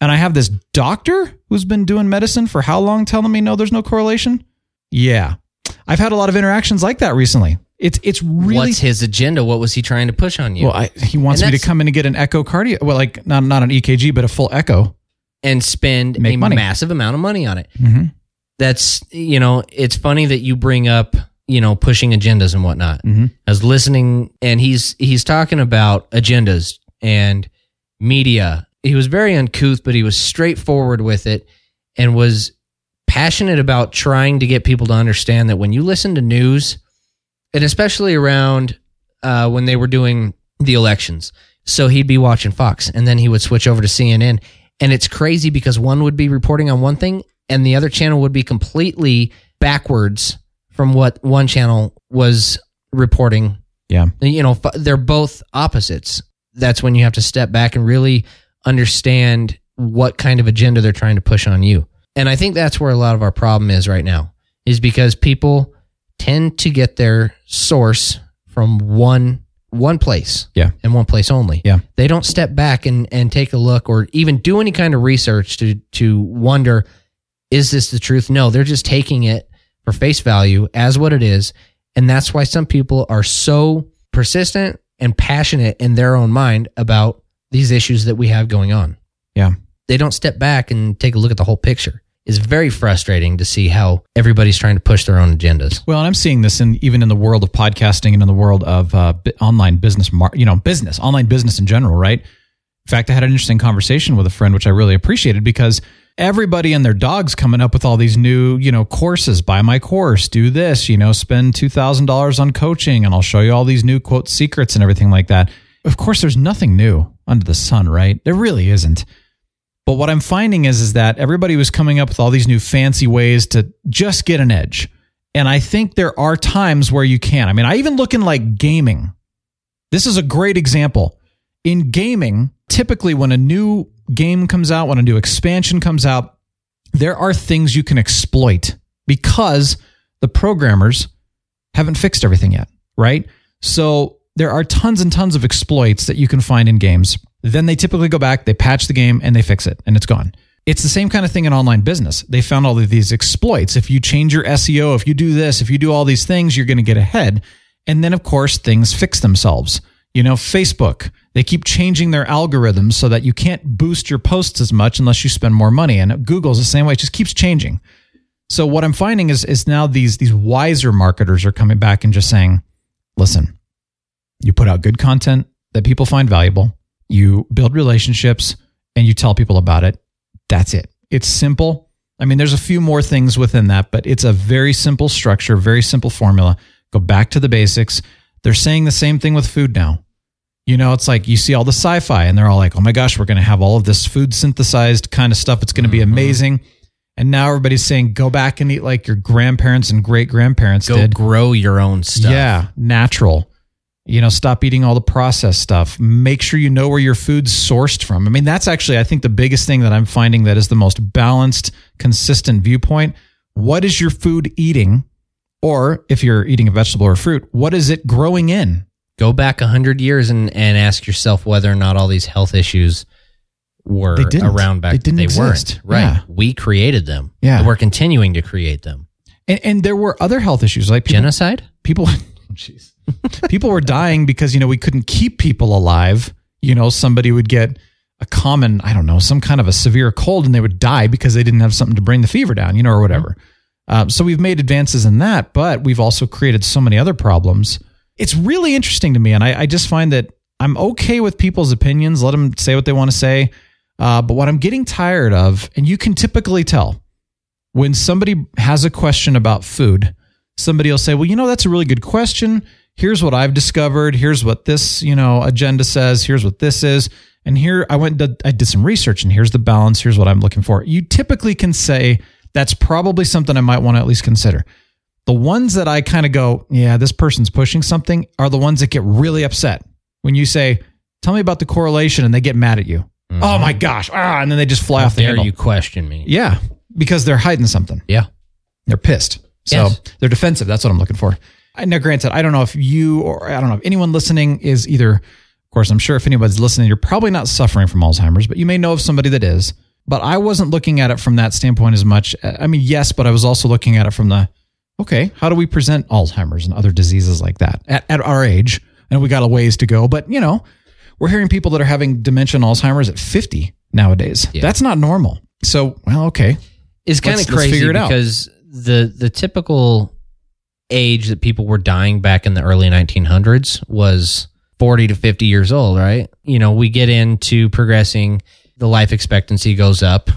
And I have this doctor who's been doing medicine for how long telling me no, there's no correlation? Yeah. I've had a lot of interactions like that recently. It's it's really What's his agenda? What was he trying to push on you? well, I, he wants And me to that's- come in and get an echocardia. Well, like not not an EKG, but a full echo. and spend Make a money. massive amount of money on it. Mm-hmm. That's you know, it's funny that you bring up you know pushing agendas and whatnot. Mhm. I was listening, and he's he's talking about agendas and media. He was very uncouth, but he was straightforward with it, and was passionate about trying to get people to understand that when you listen to news, and especially around uh, when they were doing the elections, so he'd be watching Fox, and then he would switch over to CNN, and it's crazy because one would be reporting on one thing, and the other channel would be completely backwards from what one channel was reporting. Yeah. You know, f- they're both opposites. That's when you have to step back and really understand what kind of agenda they're trying to push on you. And I think that's where a lot of our problem is right now, is because people tend to get their source from one one place. Yeah. And one place only. Yeah. They don't step back and, and take a look or even do any kind of research to to wonder, is this the truth? No, they're just taking it for face value as what it is. And that's why some people are so persistent and passionate in their own mind about these issues that we have going on. Yeah. They don't step back and take a look at the whole picture. It's very frustrating to see how everybody's trying to push their own agendas. Well, and I'm seeing this in even in the world of podcasting and in the world of uh, bi- online business, mar- you know, business, online business in general, right? In fact, I had an interesting conversation with a friend, which I really appreciated because everybody and their dogs coming up with all these new, you know, courses. Buy my course, do this, you know, spend two thousand dollars on coaching, and I'll show you all these new quote secrets and everything like that. Of course, there's nothing new under the sun, right? There really isn't. But what I'm finding is is that everybody was coming up with all these new fancy ways to just get an edge. And I think there are times where you can. I mean, I even look in like gaming. This is a great example. In gaming, typically when a new game comes out, when a new expansion comes out, there are things you can exploit because the programmers haven't fixed everything yet, right? So there are tons and tons of exploits that you can find in games. Then they typically go back, they patch the game, and they fix it, and it's gone. It's the same kind of thing in online business. They found all of these exploits. If you change your SEO, if you do this, if you do all these things, you're going to get ahead. And then, of course, things fix themselves. You know, Facebook, they keep changing their algorithms so that you can't boost your posts as much unless you spend more money. And Google's the same way, it just keeps changing. So what I'm finding is is now these these wiser marketers are coming back and just saying, listen, you put out good content that people find valuable, you build relationships and you tell people about it. That's it. It's simple. I mean, there's a few more things within that, but it's a very simple structure, very simple formula. Go back to the basics. They're saying the same thing with food now. You know, it's like you see all the sci fi and they're all like, oh my gosh, we're going to have all of this food synthesized kind of stuff. It's going to be amazing. And now everybody's saying, go back and eat like your grandparents and great grandparents Go did. grow your own stuff. Yeah, natural. You know, stop eating all the processed stuff. Make sure you know where your food's sourced from. I mean, that's actually, I think, the biggest thing that I'm finding that is the most balanced, consistent viewpoint. What is your food eating? Or if you're eating a vegetable or fruit, what is it growing in? Go back a hundred years and, and ask yourself whether or not all these health issues were They didn't. around back They didn't they exist. weren't. Right. Yeah. We created them. Yeah. And we're continuing to create them. And, and there were other health issues like people, Genocide? people, [laughs] jeez. people were dying because, you know, we couldn't keep people alive. You know, somebody would get a common, I don't know, some kind of a severe cold and they would die because they didn't have something to bring the fever down, you know, or whatever. Um, so we've made advances in that, but we've also created so many other problems. It's really interesting to me. And I, I just find that I'm okay with people's opinions. Let them say what they want to say. Uh, but what I'm getting tired of, and you can typically tell when somebody has a question about food, somebody will say, Well, you know, that's a really good question. Here's what I've discovered. Here's what this, you know, agenda says. Here's what this is. And here I went, and did, I did some research and here's the balance. Here's what I'm looking for. You typically can say, That's probably something I might want to at least consider. The ones that I kind of go, Yeah, this person's pushing something are the ones that get really upset when you say, Tell me about the correlation and they get mad at you. Oh my gosh. Ah, and then they just fly off the Mm-hmm. Dare handle. you question me? Yeah, because they're hiding something. Yeah. They're pissed. So Yes. they're defensive. That's what I'm looking for. I- Now, granted, I don't know if you or I don't know if anyone listening is either, of course, I'm sure if anybody's listening, you're probably not suffering from Alzheimer's, but you may know of somebody that is. But I wasn't looking at it from that standpoint as much. Uh, I mean, yes, but I was also looking at it from the, okay, how do we present Alzheimer's and other diseases like that at, at our age? And we got a ways to go, but you know, we're hearing people that are having dementia and Alzheimer's at 50 nowadays. That's not normal. So, well, okay. It's kind of Let's- let's crazy figure it out. because the the typical age that people were dying back in the early 1900s was 40 to 50 years old, right? You know, we get into progressing, the life expectancy goes up.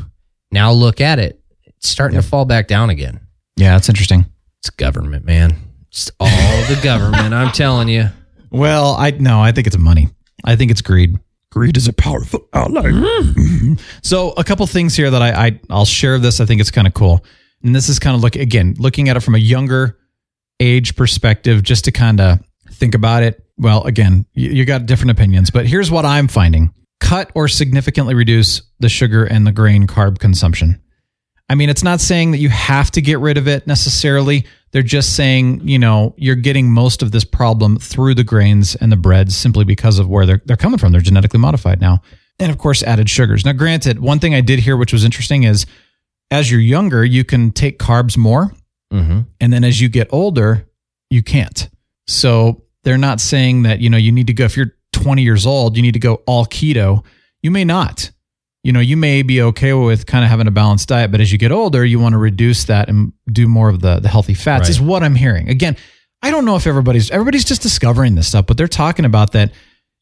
Now look at it. It's starting to fall back down again. Yeah, that's interesting. It's government, man. It's all [laughs] the government, I'm telling you. Well, I no, I think it's money. I think it's greed. Greed is a powerful ally. so, a couple things here that I, I I'll share this. I think it's kind of cool, and this is kind of look again looking at it from a younger age perspective, just to kind of think about it. Well, again, you, you got different opinions, but here's what I'm finding: cut or significantly reduce the sugar and the grain carb consumption. I mean, it's not saying that you have to get rid of it necessarily. They're just saying, you know, you're getting most of this problem through the grains and the breads simply because of where they're, they're coming from. They're genetically modified now. And of course, added sugars. Now, granted, one thing I did hear, which was interesting, is as you're younger, you can take carbs more. Mhm. And then as you get older, you can't. So they're not saying that, you know, you need to go, if you're 20 years old, you need to go all keto. You may not you know, you may be okay with kind of having a balanced diet, but as you get older, you want to reduce that and do more of the the healthy fats is Right. what I'm hearing. Again, I don't know if everybody's everybody's just discovering this stuff, but they're talking about that,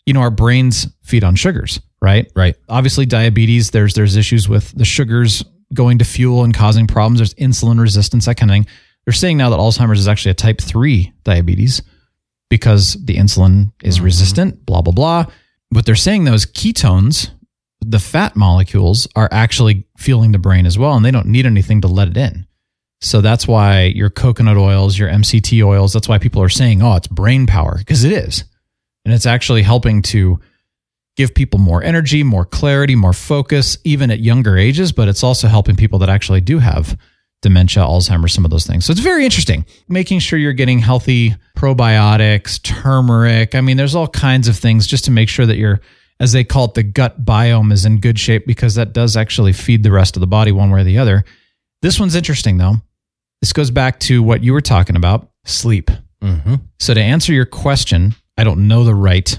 you know, our brains feed on sugars, right? Right. Obviously diabetes, there's there's issues with the sugars going to fuel and causing problems. There's insulin resistance, that kind of thing. They're saying now that Alzheimer's is actually a type three diabetes because the insulin is resistant, blah, blah, blah. What they're saying though is ketones, the fat molecules, are actually fueling the brain as well, and they don't need anything to let it in. So that's why your coconut oils, your MCT oils, that's why people are saying, oh, it's brain power, because it is. And it's actually helping to give people more energy, more clarity, more focus, even at younger ages, but it's also helping people that actually do have dementia, Alzheimer's, some of those things. So it's very interesting. Making sure you're getting healthy probiotics, turmeric. I mean, there's all kinds of things just to make sure that your, as they call it, the gut biome is in good shape because that does actually feed the rest of the body one way or the other. This one's interesting though. This goes back to what you were talking about sleep. Mhm. So to answer your question, I don't know the right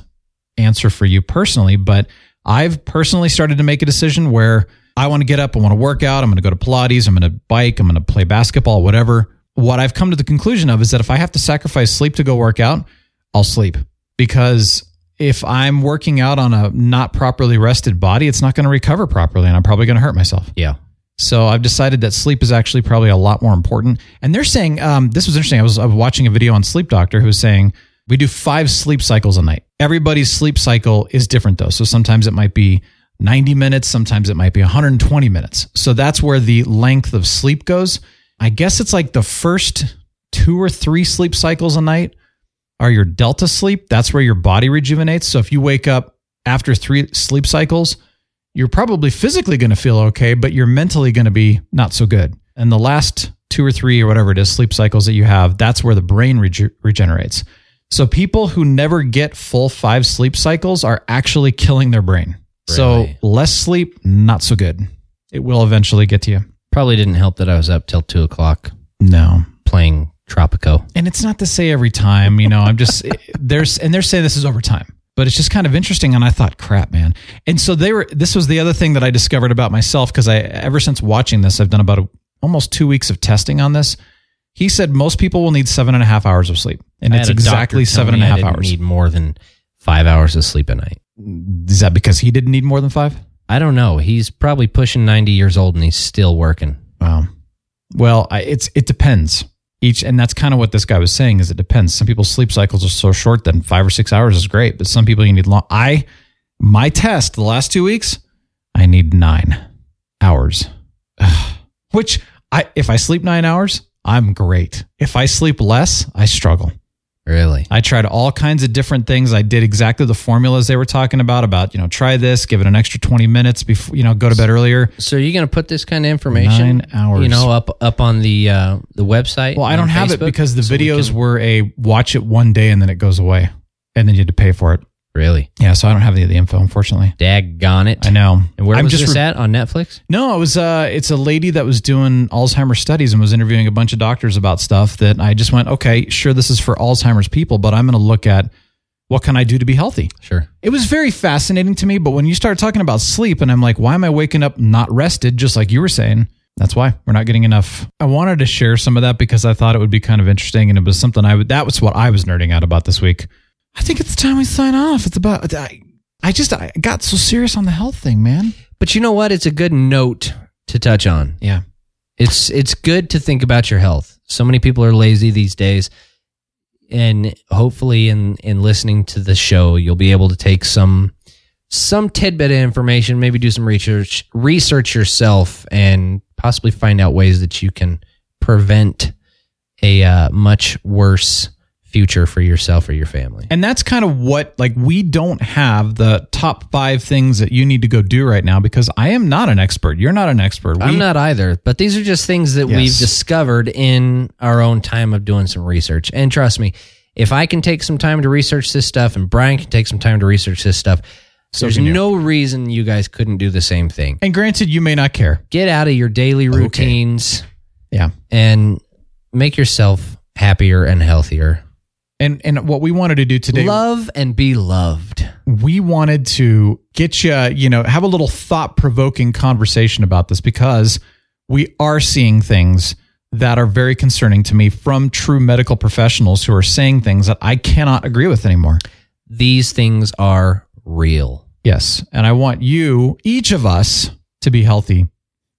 answer for you personally, but I've personally started to make a decision where I want to get up, I want to work out, I'm going to go to Pilates, I'm going to bike, I'm going to play basketball, whatever. What I've come to the conclusion of is that if I have to sacrifice sleep to go work out, I'll sleep because if I'm working out on a not properly rested body, it's not going to recover properly and I'm probably going to hurt myself. Yeah. So I've decided that sleep is actually probably a lot more important. And they're saying um, this was interesting. I was, I was watching a video on Sleep Doctor who was saying we do five sleep cycles a night. Everybody's sleep cycle is different though. So sometimes it might be 90 minutes, sometimes it might be 120 minutes. So that's where the length of sleep goes. I guess it's like the first two or three sleep cycles a night are your delta sleep. That's where your body rejuvenates. So if you wake up after three sleep cycles, you're probably physically going to feel okay, but you're mentally going to be not so good. And the last two or three or whatever it is sleep cycles that you have, that's where the brain reju- regenerates. So people who never get full five sleep cycles are actually killing their brain. So Really? less sleep, not so good. It will eventually get to you. Probably didn't help that I was up till two o'clock No. playing Tropico. and it's not to say every time, you know, I'm [laughs] just there's and they're saying this is over time, but it's just kind of interesting. And I thought, crap, man. And so they were. This was the other thing that I discovered about myself because I ever since watching this, I've done about a, almost two weeks of testing on this. He said most people will need seven and a half hours of sleep, and I it's had a doctor exactly tell seven and a me I half didn't hours. Need more than five hours of sleep a night. is that because he didn't need more than five? I don't know. He's probably pushing ninety years old and he's still working. Wow. Um, Well, I, it's it depends. Each and that's kind of what this guy was saying is it depends. Some people's sleep cycles are so short that five or six hours is great, but some people you need long. I my test the last two weeks, I need nine hours, [sighs] Ugh. which I if I sleep nine hours, I'm great. If I sleep less, I struggle. Really? I tried all kinds of different things. I did exactly the formulas they were talking about about you know try this, give it an extra twenty minutes before you know go to bed earlier. So are you going to put this kind of information, Nine hours. you know, up up on the uh, the website? Well, I and don't on have it Facebook? because the So we videos can- were a watch it one day and then it goes away, and then you had to pay for it. really Yeah, so I don't have any of the info, unfortunately. daggone it. I know. And where I'm was this re- at on Netflix? No, it was. Uh, it's a lady that was doing Alzheimer's studies and was interviewing a bunch of doctors about stuff that I just went, okay, sure, this is for Alzheimer's people, but I'm going to look at what can I do to be healthy. Sure. It was very fascinating to me, but when you start talking about sleep, and I'm like, why am I waking up not rested, just like you were saying? That's why we're not getting enough. I wanted to share some of that because I thought it would be kind of interesting, and it was something I would. That was what I was nerding out about this week. I think it's time we sign off. It's about I, I just I got so serious on the health thing, man. But you know what? It's a good note to touch on. Yeah, It's it's good to think about your health. So many people are lazy these days, and hopefully, in in listening to the show, you'll be able to take some some tidbit of information, maybe do some research research yourself, and possibly find out ways that you can prevent a uh, much worse future for yourself or your family. and that's kind of what like we don't have the top five things that you need to go do right now because I am not an expert. You're not an expert. We- I'm not either, but these are just things that we've Yes. discovered in our own time of doing some research. And trust me, if I can take some time to research this stuff and Brian can take some time to research this stuff, there's can you. no reason you guys couldn't do the same thing. And granted, you may not care. Get out of your daily routines Yeah. and make yourself happier and healthier. And and what we wanted to do today, Love and be loved. we wanted to get you, you know, have a little thought provoking conversation about this because we are seeing things that are very concerning to me from true medical professionals who are saying things that I cannot agree with anymore. These things are real. Yes. And I want you, each of us, to be healthy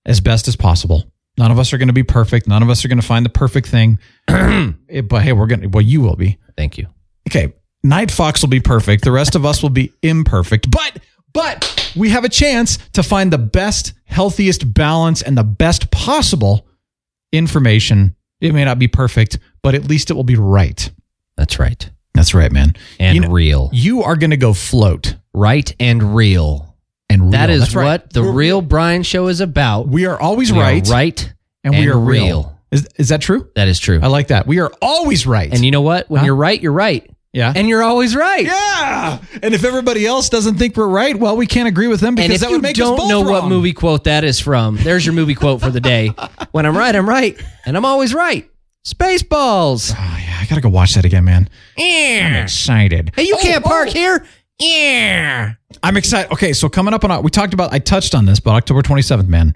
as best as possible. None of us are going to be perfect. None of us are going to find the perfect thing. [clears throat] Eh, but hey, we're going to, well, you will be. Thank you. okay, Night Fox will be perfect. The rest of us will be imperfect. But but we have a chance to find the best, healthiest balance and the best possible information. It may not be perfect, but at least it will be right. That's right. That's right, man. And You know- real. You are going to go float Right and real. and That real. is That's what right. the We're- real Brian show is about. We are always We are right, right. and, we and are real. real. Is, is that true? That is true. I like that. We are always right. And you know what? When Huh? you're right, you're right. yeah. And you're always right. yeah. And if everybody else doesn't think we're right, well, we can't agree with them because And if that you would make us don't both know what wrong. movie quote that is from, there's your movie quote for the day. [laughs] When I'm right, I'm right. And I'm always right. Spaceballs. Ah, Oh, yeah, I gotta go watch that again, man. I'm excited. Hey, you Oh, can't oh, park here. Yeah. I'm excited. Okay, so coming up on we talked about I touched on this, but October 27th, man,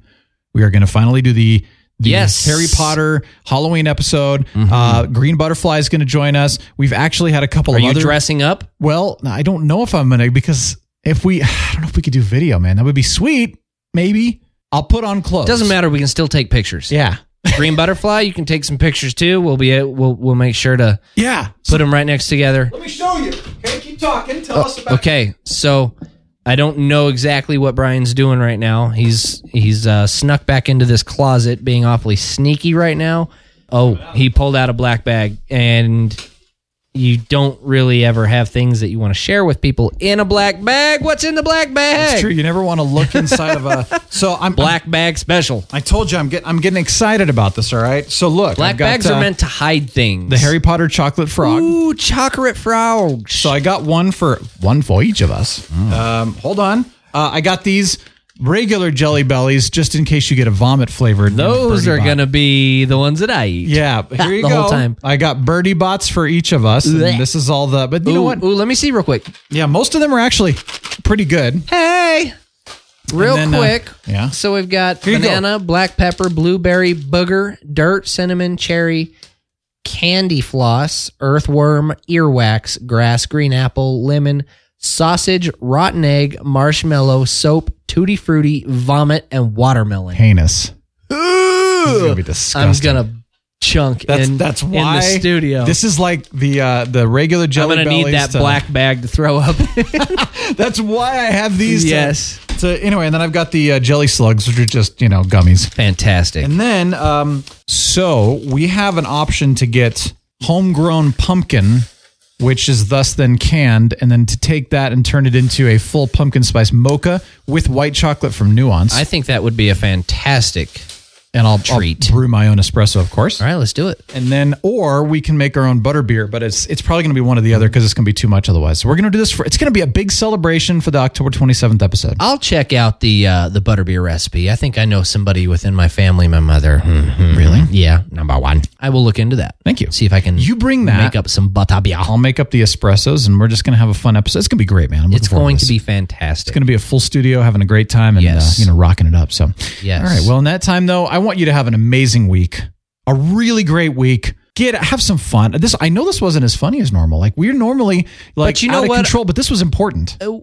we are going to finally do the, the Yes. Mm-hmm. Harry Potter Halloween episode. Uh, Green Butterfly is going to join us. We've actually had a couple Are of you other. dressing up? well, I don't know if I'm going to because if we, [sighs] I don't know if we could do video, man. That would be sweet. Maybe I'll put on clothes. Doesn't matter. We can still take pictures. Oh, Yeah, Green butterfly. You can take some pictures too. We'll be we'll we'll make sure to yeah. put them right next together. Oh, Let me show you. Okay, keep talking. Tell us about. Okay, so I don't know exactly what Brian's doing right now. He's he's uh, snuck back into this closet, being awfully sneaky right now. Oh, he pulled out a black bag, and you don't really ever have things that you want to share with people in a black bag. What's in the black bag? It's true. You never want to look inside of [laughs] a. So I'm I'm- Black bag special. I told you I'm getting I'm getting excited about this. All right. So look, Black I've got, bags uh, are meant to hide things. the Harry Potter chocolate frog. Ooh, chocolate frog. So I got one for one for each of us. Mm. Um, hold on. Uh, I got these regular jelly bellies just in case you get a vomit flavored. Those Birdie are Bot. gonna be the ones that I eat. [laughs] Yeah, here you The go. whole time. I got birdie bots for each of us. and Blech. this is all the. But you know ooh, what? ooh, let me see real quick. Yeah, most of them are actually pretty good. Hey. Real And then, uh, quick. yeah. So we've got Here you go. banana, black pepper, blueberry, booger, dirt, cinnamon, cherry, candy floss, earthworm, earwax, grass, green apple, lemon, sausage, rotten egg, marshmallow, soap, tutti frutti, vomit, and watermelon. Heinous. This is gonna be disgusting. I'm gonna chunk That's in, that's in why the studio. This is like the uh, the regular I'm jelly. gonna need bellies that to- black bag to [laughs] throw up. That's why I have these. to- yes, To, anyway, and then I've got the uh, jelly slugs, which are just you know gummies. fantastic. And then, um, so we have an option to get homegrown pumpkin, which is thus then canned, and then to take that and turn it into a full pumpkin spice mocha with white chocolate from Nuance. I think that would be a fantastic. and I'll, treat. I'll brew my own espresso, of course. All right, let's do it. And then, or we can make our own butterbeer, but it's it's probably going to be one or the other because it's going to be too much otherwise. So we're going to do this for. It's going to be a big celebration for the October twenty seventh episode. I'll check out the uh, the butterbeer recipe. I think I know somebody within my family, my mother. Really? Yeah, number one. I will look into that. Mm-hmm. Thank you. See if I can You bring that. make up some butterbeer. I'll make up the espressos, and we're just going to have a fun episode. It's going to be great, man. I'm looking It's forward going to, to this. be fantastic. It's going to be a full studio, having a great time, and Yes. uh, you know, rocking it up. So, Yes. All right. Well, in that time though, I want you to have an amazing week, a really great week. Get have some fun. This I know this wasn't as funny as normal. Like we're normally like you know out of what? control, but this was important. Uh,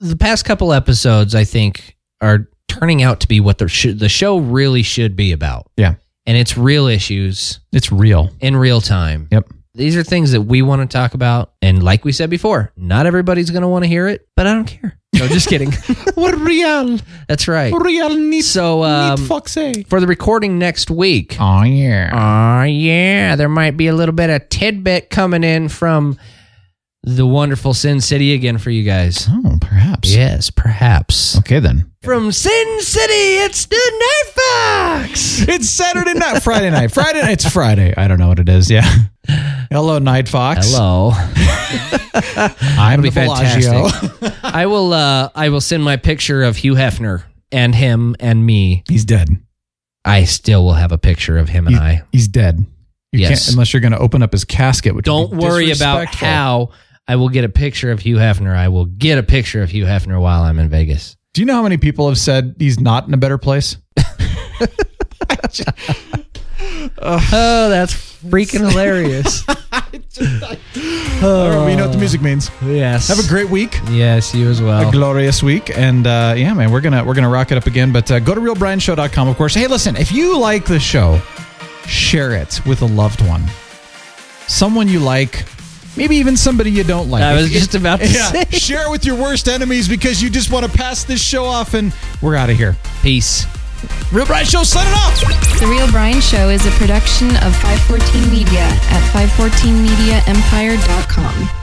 the past couple episodes, I think, are turning out to be what the sh- the show really should be about, Yeah, and it's real issues it's real. in real time. Yep. These are things that we want to talk about, and like we said before, not everybody's going to want to hear it, but I don't care. No, [laughs] just kidding. We're real, That's right. real. Need, So, um, for the recording next week. Oh yeah. Aw, yeah. There might be a little bit of tidbit coming in from the wonderful Sin City again for you guys. Oh, perhaps. Yes, perhaps. Okay then. From Sin City, it's the Night Fox. It's Saturday night, Friday night, Friday night. It's Friday. I don't know what it is. Yeah. [laughs] Hello, Night Fox. Hello. I'm It'll be the Bellagio. fantastic. [laughs] I will uh I will send my picture of Hugh Hefner and him and me. [laughs] He's dead. I still will have a picture of him and I. He's dead. You Yes. can't unless you're going to open up his casket. Which would Don't be worry about disrespectful. how I will get a picture of Hugh Hefner. I will get a picture of Hugh Hefner while I'm in Vegas. Do you know how many people have said he's not in a better place? Oh, that's freaking hilarious. All right, we know what the music means. yes. Have a great week. [laughs] Yes, you as well. a glorious week and uh, yeah man we're gonna we're gonna rock it up again but uh, go to realbrianshow.com of course hey listen if you like the show share it with a loved one someone you like maybe even somebody you don't like I was If- just [laughs] about to yeah, say. share it with your worst enemies because you just want to pass this show off and we're out of here Peace. real brian show signing off The Real Brian Show is a production of 514 Media at 514mediaempire.com.